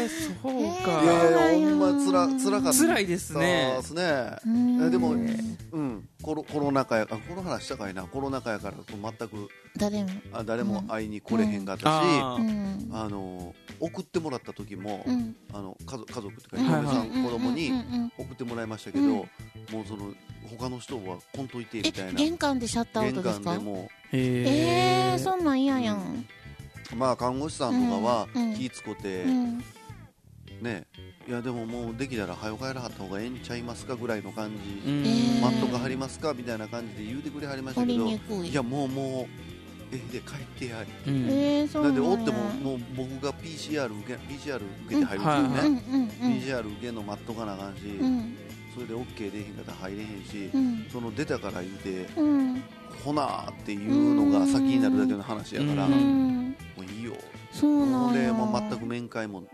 Speaker 4: えそうか、
Speaker 3: いやいやいやほ
Speaker 5: そうなんや
Speaker 3: んまつらつらかった
Speaker 4: 辛いですね
Speaker 3: そうですね
Speaker 5: うん
Speaker 3: えでも、うん、コロコロナ禍やあこの話したかいなコロナ禍やからこう全く
Speaker 5: 誰も
Speaker 3: あ誰も会いに来れへんかったし、
Speaker 4: あー
Speaker 5: うん
Speaker 3: あの送ってもらった時も、
Speaker 5: うん
Speaker 3: あの家族家族って
Speaker 5: う
Speaker 3: い
Speaker 5: ん
Speaker 3: うか
Speaker 4: はい
Speaker 3: 嫁
Speaker 4: はい
Speaker 3: さん子供に
Speaker 5: うんうんうん
Speaker 3: 送ってもらいましたけど、
Speaker 5: うん
Speaker 3: もうその他の人は来んといてみた
Speaker 5: え
Speaker 3: いな
Speaker 5: 玄関でシャッターアウ
Speaker 3: 玄
Speaker 5: トです
Speaker 3: 関で
Speaker 5: か
Speaker 3: も
Speaker 5: え
Speaker 4: え
Speaker 5: ーそんなん嫌や
Speaker 3: うんまあ看護師さんとかは
Speaker 5: うん
Speaker 3: 気ぃつこて、
Speaker 5: うん
Speaker 3: ねいやでももうできたら早う帰らはった方がええんちゃいますかぐらいの感じ、
Speaker 4: うん
Speaker 5: えー
Speaker 3: マットが張りますかみたいな感じで言うてくれはりました
Speaker 5: 取
Speaker 3: け
Speaker 5: り
Speaker 3: ど
Speaker 5: にく
Speaker 3: い
Speaker 5: い
Speaker 3: やもうもうえで帰ってやい
Speaker 4: うん
Speaker 5: えーそう
Speaker 3: な
Speaker 5: なんん
Speaker 3: で
Speaker 5: や
Speaker 3: おってももう僕が PCR 受け PCR 受けて入るんですよね、
Speaker 4: うん
Speaker 5: うんうんうん
Speaker 3: PCR 受けんの待っとかなあかんし、
Speaker 5: うん
Speaker 3: それで OK できへんかったら入れへんし、
Speaker 5: うん
Speaker 3: その出たから言うて
Speaker 5: うん
Speaker 3: ほなーっていうのが先になるだけの話やから、
Speaker 4: うん
Speaker 5: う
Speaker 3: も
Speaker 5: ん
Speaker 3: ういいよ
Speaker 5: そう
Speaker 3: ほ
Speaker 5: なんん
Speaker 3: で
Speaker 5: や
Speaker 3: もう全く面会も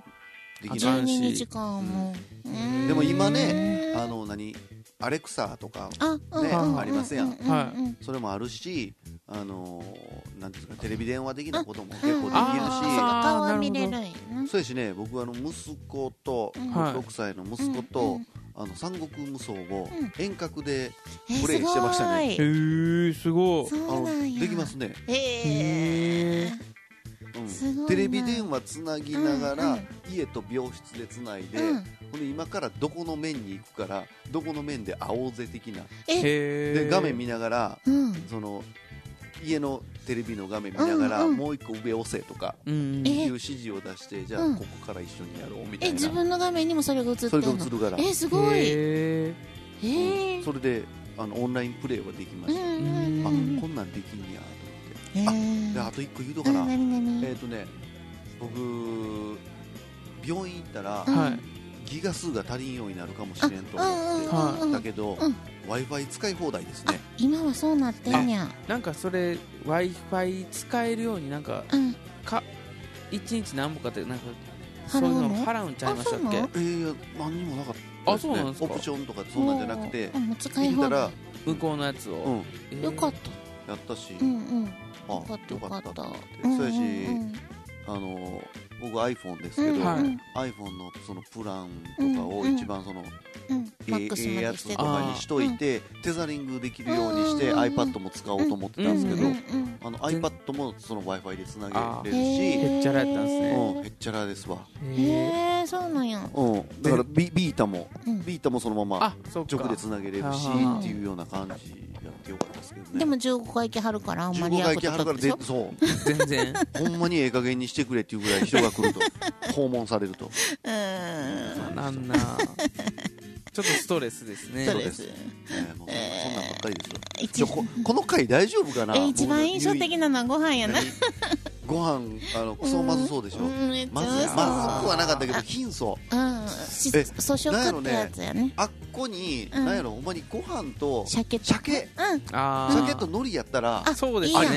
Speaker 3: でき
Speaker 4: あ
Speaker 3: ない
Speaker 5: 12日間もうん
Speaker 3: でも今ねあの何アレクサとか
Speaker 5: あうん
Speaker 3: ね
Speaker 5: うん
Speaker 3: ありますやん
Speaker 5: うう
Speaker 4: はい
Speaker 5: うん
Speaker 3: それもあるし、あのーなんていうんですかテレビ電話的なことも結構できるし
Speaker 4: あ
Speaker 5: 顔は見れるんやな
Speaker 3: そうやしね僕はあの息子と、
Speaker 5: うん
Speaker 4: はい
Speaker 3: 6歳の息子と、
Speaker 5: うんうん
Speaker 3: あの三国無双を
Speaker 5: うん
Speaker 3: 遠隔で、
Speaker 5: えー
Speaker 3: プレイしてましたね
Speaker 4: え
Speaker 5: すごい
Speaker 4: ーすごい
Speaker 5: そ
Speaker 3: あ
Speaker 5: う
Speaker 3: の
Speaker 5: なんや
Speaker 3: できますね、
Speaker 5: へえ
Speaker 3: うん、うん
Speaker 5: すごいな
Speaker 3: テレビ電話つなぎなが
Speaker 5: うん
Speaker 3: ら
Speaker 5: うん
Speaker 3: 家と病室でつないで、
Speaker 5: うん
Speaker 3: ほんで今からどこの面に行くからどこの面で会おうぜ的な
Speaker 5: え
Speaker 4: へ
Speaker 3: で画面見ながら
Speaker 5: うん
Speaker 3: その家のテレビの画面見ながら、
Speaker 5: うんうん
Speaker 3: もう一個上押せとか
Speaker 4: うん
Speaker 5: え
Speaker 3: いう指示を出してじゃあ
Speaker 5: うん
Speaker 3: ここから一緒にやろうみた
Speaker 5: え
Speaker 3: いな、
Speaker 5: 自分の画面にもそれが映って
Speaker 3: そ
Speaker 5: ん
Speaker 3: れが
Speaker 5: の
Speaker 3: 映るから、
Speaker 5: えすごいえ
Speaker 4: へ
Speaker 5: ー
Speaker 3: それであのオンラインプレイはできま
Speaker 5: う
Speaker 3: し
Speaker 5: ん
Speaker 3: た、
Speaker 5: うんう
Speaker 3: あ
Speaker 5: ん
Speaker 3: こんなんできんやと
Speaker 5: え
Speaker 3: 思ってで
Speaker 5: ー
Speaker 3: あと一個言うと
Speaker 5: う
Speaker 3: か
Speaker 5: ん
Speaker 3: な、
Speaker 5: 何何
Speaker 3: えっ、とね僕病院行ったら、
Speaker 4: ーはい
Speaker 3: ギガ数が足りんようになるかもしれんと思
Speaker 5: あ
Speaker 3: っ
Speaker 4: うんうん
Speaker 5: うんう
Speaker 3: て
Speaker 5: ん
Speaker 3: だけど
Speaker 5: うん
Speaker 3: w i f i 使い放題です
Speaker 5: あ
Speaker 3: ね
Speaker 5: 今はそうなってんねや
Speaker 4: なんかそれ w i f i 使えるようになんか
Speaker 5: うん
Speaker 4: か一日何本かってなんか
Speaker 5: 払
Speaker 4: そうう
Speaker 5: の
Speaker 4: いうの払うんちゃいましたっ
Speaker 5: あそうなの
Speaker 4: け
Speaker 3: えーいや何にもなかったですね
Speaker 4: あそうなんですか
Speaker 3: オプションとかそんなんじゃなくて
Speaker 5: おーあもう使い
Speaker 3: 入れ
Speaker 5: 放
Speaker 3: たら
Speaker 5: 題
Speaker 4: 向こうのやつ
Speaker 3: う
Speaker 4: を、
Speaker 3: ん
Speaker 4: えー
Speaker 5: よかった
Speaker 3: やったし、
Speaker 5: うんうん
Speaker 3: あ
Speaker 5: よかったよかった
Speaker 3: と思って
Speaker 5: うん
Speaker 3: そうやし、
Speaker 5: うん
Speaker 3: あの僕 iPhone ですけど、
Speaker 5: うん
Speaker 4: はい
Speaker 3: iPhone のそのプランとかを一番その、
Speaker 5: うんうん
Speaker 3: え
Speaker 5: マックス
Speaker 3: ええ
Speaker 5: ま
Speaker 3: や
Speaker 5: で
Speaker 3: つ
Speaker 5: して
Speaker 3: と
Speaker 5: た
Speaker 3: かにしといて、テザリングできるようにして、
Speaker 5: うん
Speaker 3: iPad も使おうと思ってたんですけど、
Speaker 5: うんうん
Speaker 3: あの iPad もその w i f i でつなげれる
Speaker 5: へ
Speaker 3: し、
Speaker 5: ー
Speaker 4: へっちゃらやったんです
Speaker 5: ー
Speaker 4: ね
Speaker 3: うん、へっちゃらですわ、
Speaker 4: へ
Speaker 5: へえそうなんや
Speaker 3: うん、だからビビータも、
Speaker 5: うん
Speaker 3: ビータもそのま
Speaker 4: ー
Speaker 3: ま
Speaker 4: あそっか
Speaker 3: 直でつなげれるし
Speaker 4: はあはあ
Speaker 3: っていうような感じやってよかったですけどね
Speaker 5: でも15回行はるからあんま
Speaker 3: 15
Speaker 5: り役
Speaker 3: 回来
Speaker 5: 立た
Speaker 3: はる
Speaker 5: な
Speaker 3: から
Speaker 5: いでし
Speaker 3: で
Speaker 5: ょ
Speaker 3: そう
Speaker 4: 全然
Speaker 3: ほんまにええ加減にしてくれっていうぐらい人が来ると訪問されると
Speaker 5: うーん
Speaker 4: なんなちょっとストレスですね
Speaker 5: ストレス
Speaker 3: そうえーもうそんなんばっかりですよ。
Speaker 5: 一
Speaker 3: じゃあここの回大丈夫かな
Speaker 5: え一番印象的なのはご飯や
Speaker 3: や
Speaker 5: な
Speaker 3: ご飯あのクソまずそうでしょ、
Speaker 5: うんめっちゃ
Speaker 3: まず
Speaker 5: 美味しそう
Speaker 3: まずくはなかったけど貧相
Speaker 5: うんし
Speaker 3: え
Speaker 5: 粗食ってやつやね
Speaker 3: あっこに、
Speaker 5: うん
Speaker 3: なんやろほんまにご飯と
Speaker 5: 鮭と
Speaker 3: 鮭
Speaker 5: うん
Speaker 4: あー
Speaker 3: 鮭と海苔やったら
Speaker 5: あ
Speaker 4: そうですね
Speaker 5: いいや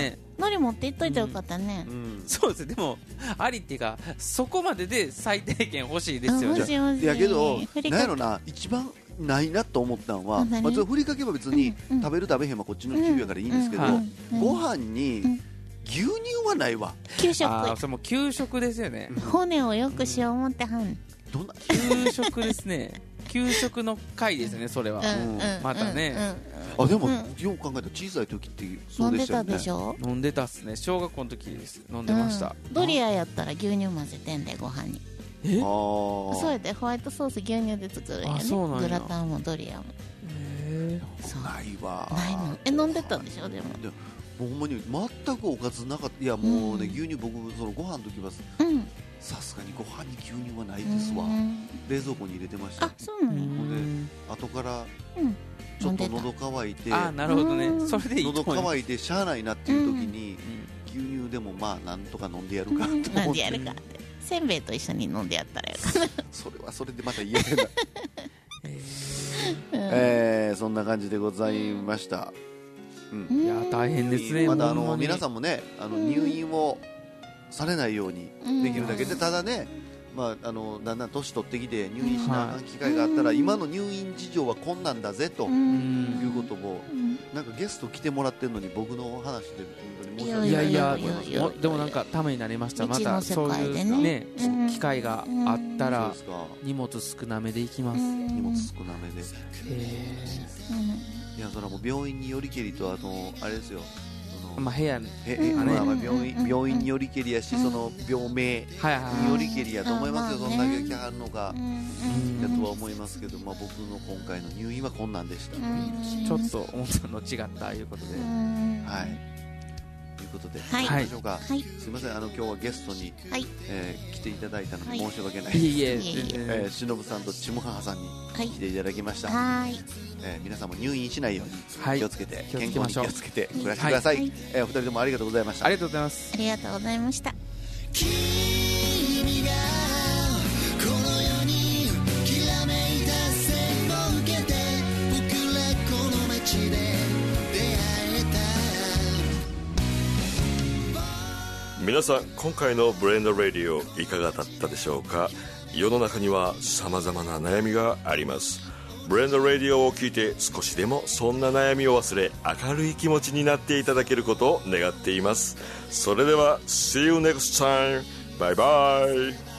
Speaker 5: 海苔持って行っといたらよかったね
Speaker 3: うん
Speaker 4: そうですねでもありっていうかそこまでで最低限欲しいですよ
Speaker 5: うん
Speaker 4: ね
Speaker 5: 欲しい欲しい
Speaker 3: やけど
Speaker 5: ふり
Speaker 3: なん
Speaker 5: か
Speaker 3: や
Speaker 5: け
Speaker 3: ろな一番ないなと思ったんは、
Speaker 5: あ何
Speaker 3: まあ、それふりかけば別に、
Speaker 5: うんうん
Speaker 3: 食べる食べへんはこっちの自由やからいいんですけど、
Speaker 4: うんうん
Speaker 3: ご飯に
Speaker 5: うん
Speaker 3: 牛乳はないわ
Speaker 5: 給食
Speaker 4: あーそれもう給食ですよね
Speaker 5: 骨をよくしよう思ってはん
Speaker 3: どんな
Speaker 4: 給食ですね給食の回ですねそれは、
Speaker 5: うんうん
Speaker 4: またね
Speaker 3: あでも、
Speaker 5: うん
Speaker 3: よく考えたら小さい時って
Speaker 5: うん
Speaker 3: そ
Speaker 5: 飲
Speaker 3: うんで
Speaker 5: で
Speaker 3: したよ
Speaker 5: た
Speaker 3: ね
Speaker 5: でしょ
Speaker 4: 飲んでたっすね小学校の時です飲んでました、
Speaker 5: うんドリアやったら牛乳混ぜてんだよご飯に
Speaker 4: えへ
Speaker 3: ああ
Speaker 5: そうやでホワイトソース牛乳で作るんや
Speaker 4: あ
Speaker 5: ね
Speaker 4: そうなんや
Speaker 5: グラタンもドリアも
Speaker 4: え
Speaker 5: そう
Speaker 3: ないわ
Speaker 5: ないのえ飲んでたんでしょでも
Speaker 3: いやもうほんまに全くおかずなかったいやもうね、
Speaker 5: うん
Speaker 3: 牛乳僕そのご飯の時は
Speaker 5: うん
Speaker 3: さすがにご飯に牛乳はないですわ、
Speaker 5: うん
Speaker 3: 冷蔵庫に入れてました
Speaker 5: あそうなの
Speaker 3: ほん後から
Speaker 5: うん
Speaker 3: ちょっと喉乾いて
Speaker 4: あーなるほど
Speaker 5: う
Speaker 4: ね
Speaker 5: ん
Speaker 4: それでいいと
Speaker 3: 喉
Speaker 4: 思います
Speaker 3: 乾いてしゃあないなっていう時に、
Speaker 4: うん
Speaker 3: 牛乳でもまあなんとか飲んでやるかと
Speaker 5: う
Speaker 3: 思っ
Speaker 5: ん
Speaker 3: て、
Speaker 5: なんでやるかってせんべいと一緒に飲んでやったらよかっ
Speaker 3: それはそれでまた嫌だな、
Speaker 5: たうん
Speaker 3: えー、そんな感じでございました、うん
Speaker 5: うん
Speaker 4: いや大変ですね
Speaker 3: またあ
Speaker 4: ほん
Speaker 3: の
Speaker 4: まに
Speaker 3: 皆さんもねあの
Speaker 5: うん
Speaker 3: 入院をされないように
Speaker 5: うん
Speaker 3: できるだけでただね、まあ、あのだんだん年取ってきて入院しなあかん機会があったら、
Speaker 5: はい
Speaker 3: 今の入院事情はこんなんだぜとい
Speaker 5: うん
Speaker 3: うことも
Speaker 5: うん
Speaker 3: なんかゲスト来てもらってるのに僕の話で本当に申し訳ない
Speaker 4: いやいや
Speaker 3: と思ますけ
Speaker 5: いやいやいやいや
Speaker 3: ど
Speaker 4: もでもなんかためになりましたま
Speaker 5: 未知
Speaker 4: た
Speaker 5: の世
Speaker 4: そう
Speaker 5: 界
Speaker 4: い
Speaker 5: でね
Speaker 4: うね
Speaker 5: うん
Speaker 4: 機会があった
Speaker 3: そう
Speaker 4: ら
Speaker 3: ですか
Speaker 4: 荷物少なめでいきます、
Speaker 5: うん
Speaker 3: 荷物少なめで
Speaker 5: うん
Speaker 3: いやそれはもう病院によりけりとあのあれですよその、
Speaker 4: まあ部屋に
Speaker 3: ええあの
Speaker 4: うん
Speaker 3: 病院病院によりけりやしその病名
Speaker 4: はいはい
Speaker 3: よ
Speaker 4: は
Speaker 3: りけりやと思いますよ、
Speaker 5: うん
Speaker 3: そんだけ来はるのが、
Speaker 5: うん
Speaker 3: やとは思いますけど、まあ、僕の今回の入院は困難でした、
Speaker 5: う
Speaker 3: は
Speaker 5: ん
Speaker 4: いちょっと思ったの違ったいうことで、
Speaker 5: うん
Speaker 3: いということで、
Speaker 5: はい
Speaker 3: 行きましょうか、
Speaker 5: はい
Speaker 3: すいませんあの今日はゲストに、
Speaker 5: はい
Speaker 3: えー来ていただいたの
Speaker 5: は
Speaker 3: で
Speaker 5: い
Speaker 3: 申し訳ない、
Speaker 4: いえいえ
Speaker 5: いえいえ
Speaker 4: 全
Speaker 3: え
Speaker 4: 然
Speaker 3: ー、しのぶさんとちむははさんに
Speaker 5: はい
Speaker 3: 来ていただきました、
Speaker 5: はーい
Speaker 3: えー皆さんも入院しないように
Speaker 4: はい
Speaker 3: 気をつけて、
Speaker 4: 気を
Speaker 3: 健康
Speaker 4: つけま
Speaker 3: に
Speaker 4: し
Speaker 3: 気
Speaker 4: ょう
Speaker 3: をつけて暮らしてください、
Speaker 5: はい
Speaker 3: えーお二人ともありがとうございました
Speaker 4: ありがとうございます
Speaker 5: ありがとうございました
Speaker 2: 君がこの世にきらめいた線を受けて僕らこの街で出会えた
Speaker 1: 皆さん今回のブレンドレディオいかがだったでしょうか世の中には様々な悩みがありますブレンドレディオを聞いて少しでもそんな悩みを忘れ明るい気持ちになっていただけることを願っていますそれでは See you next time バイバイ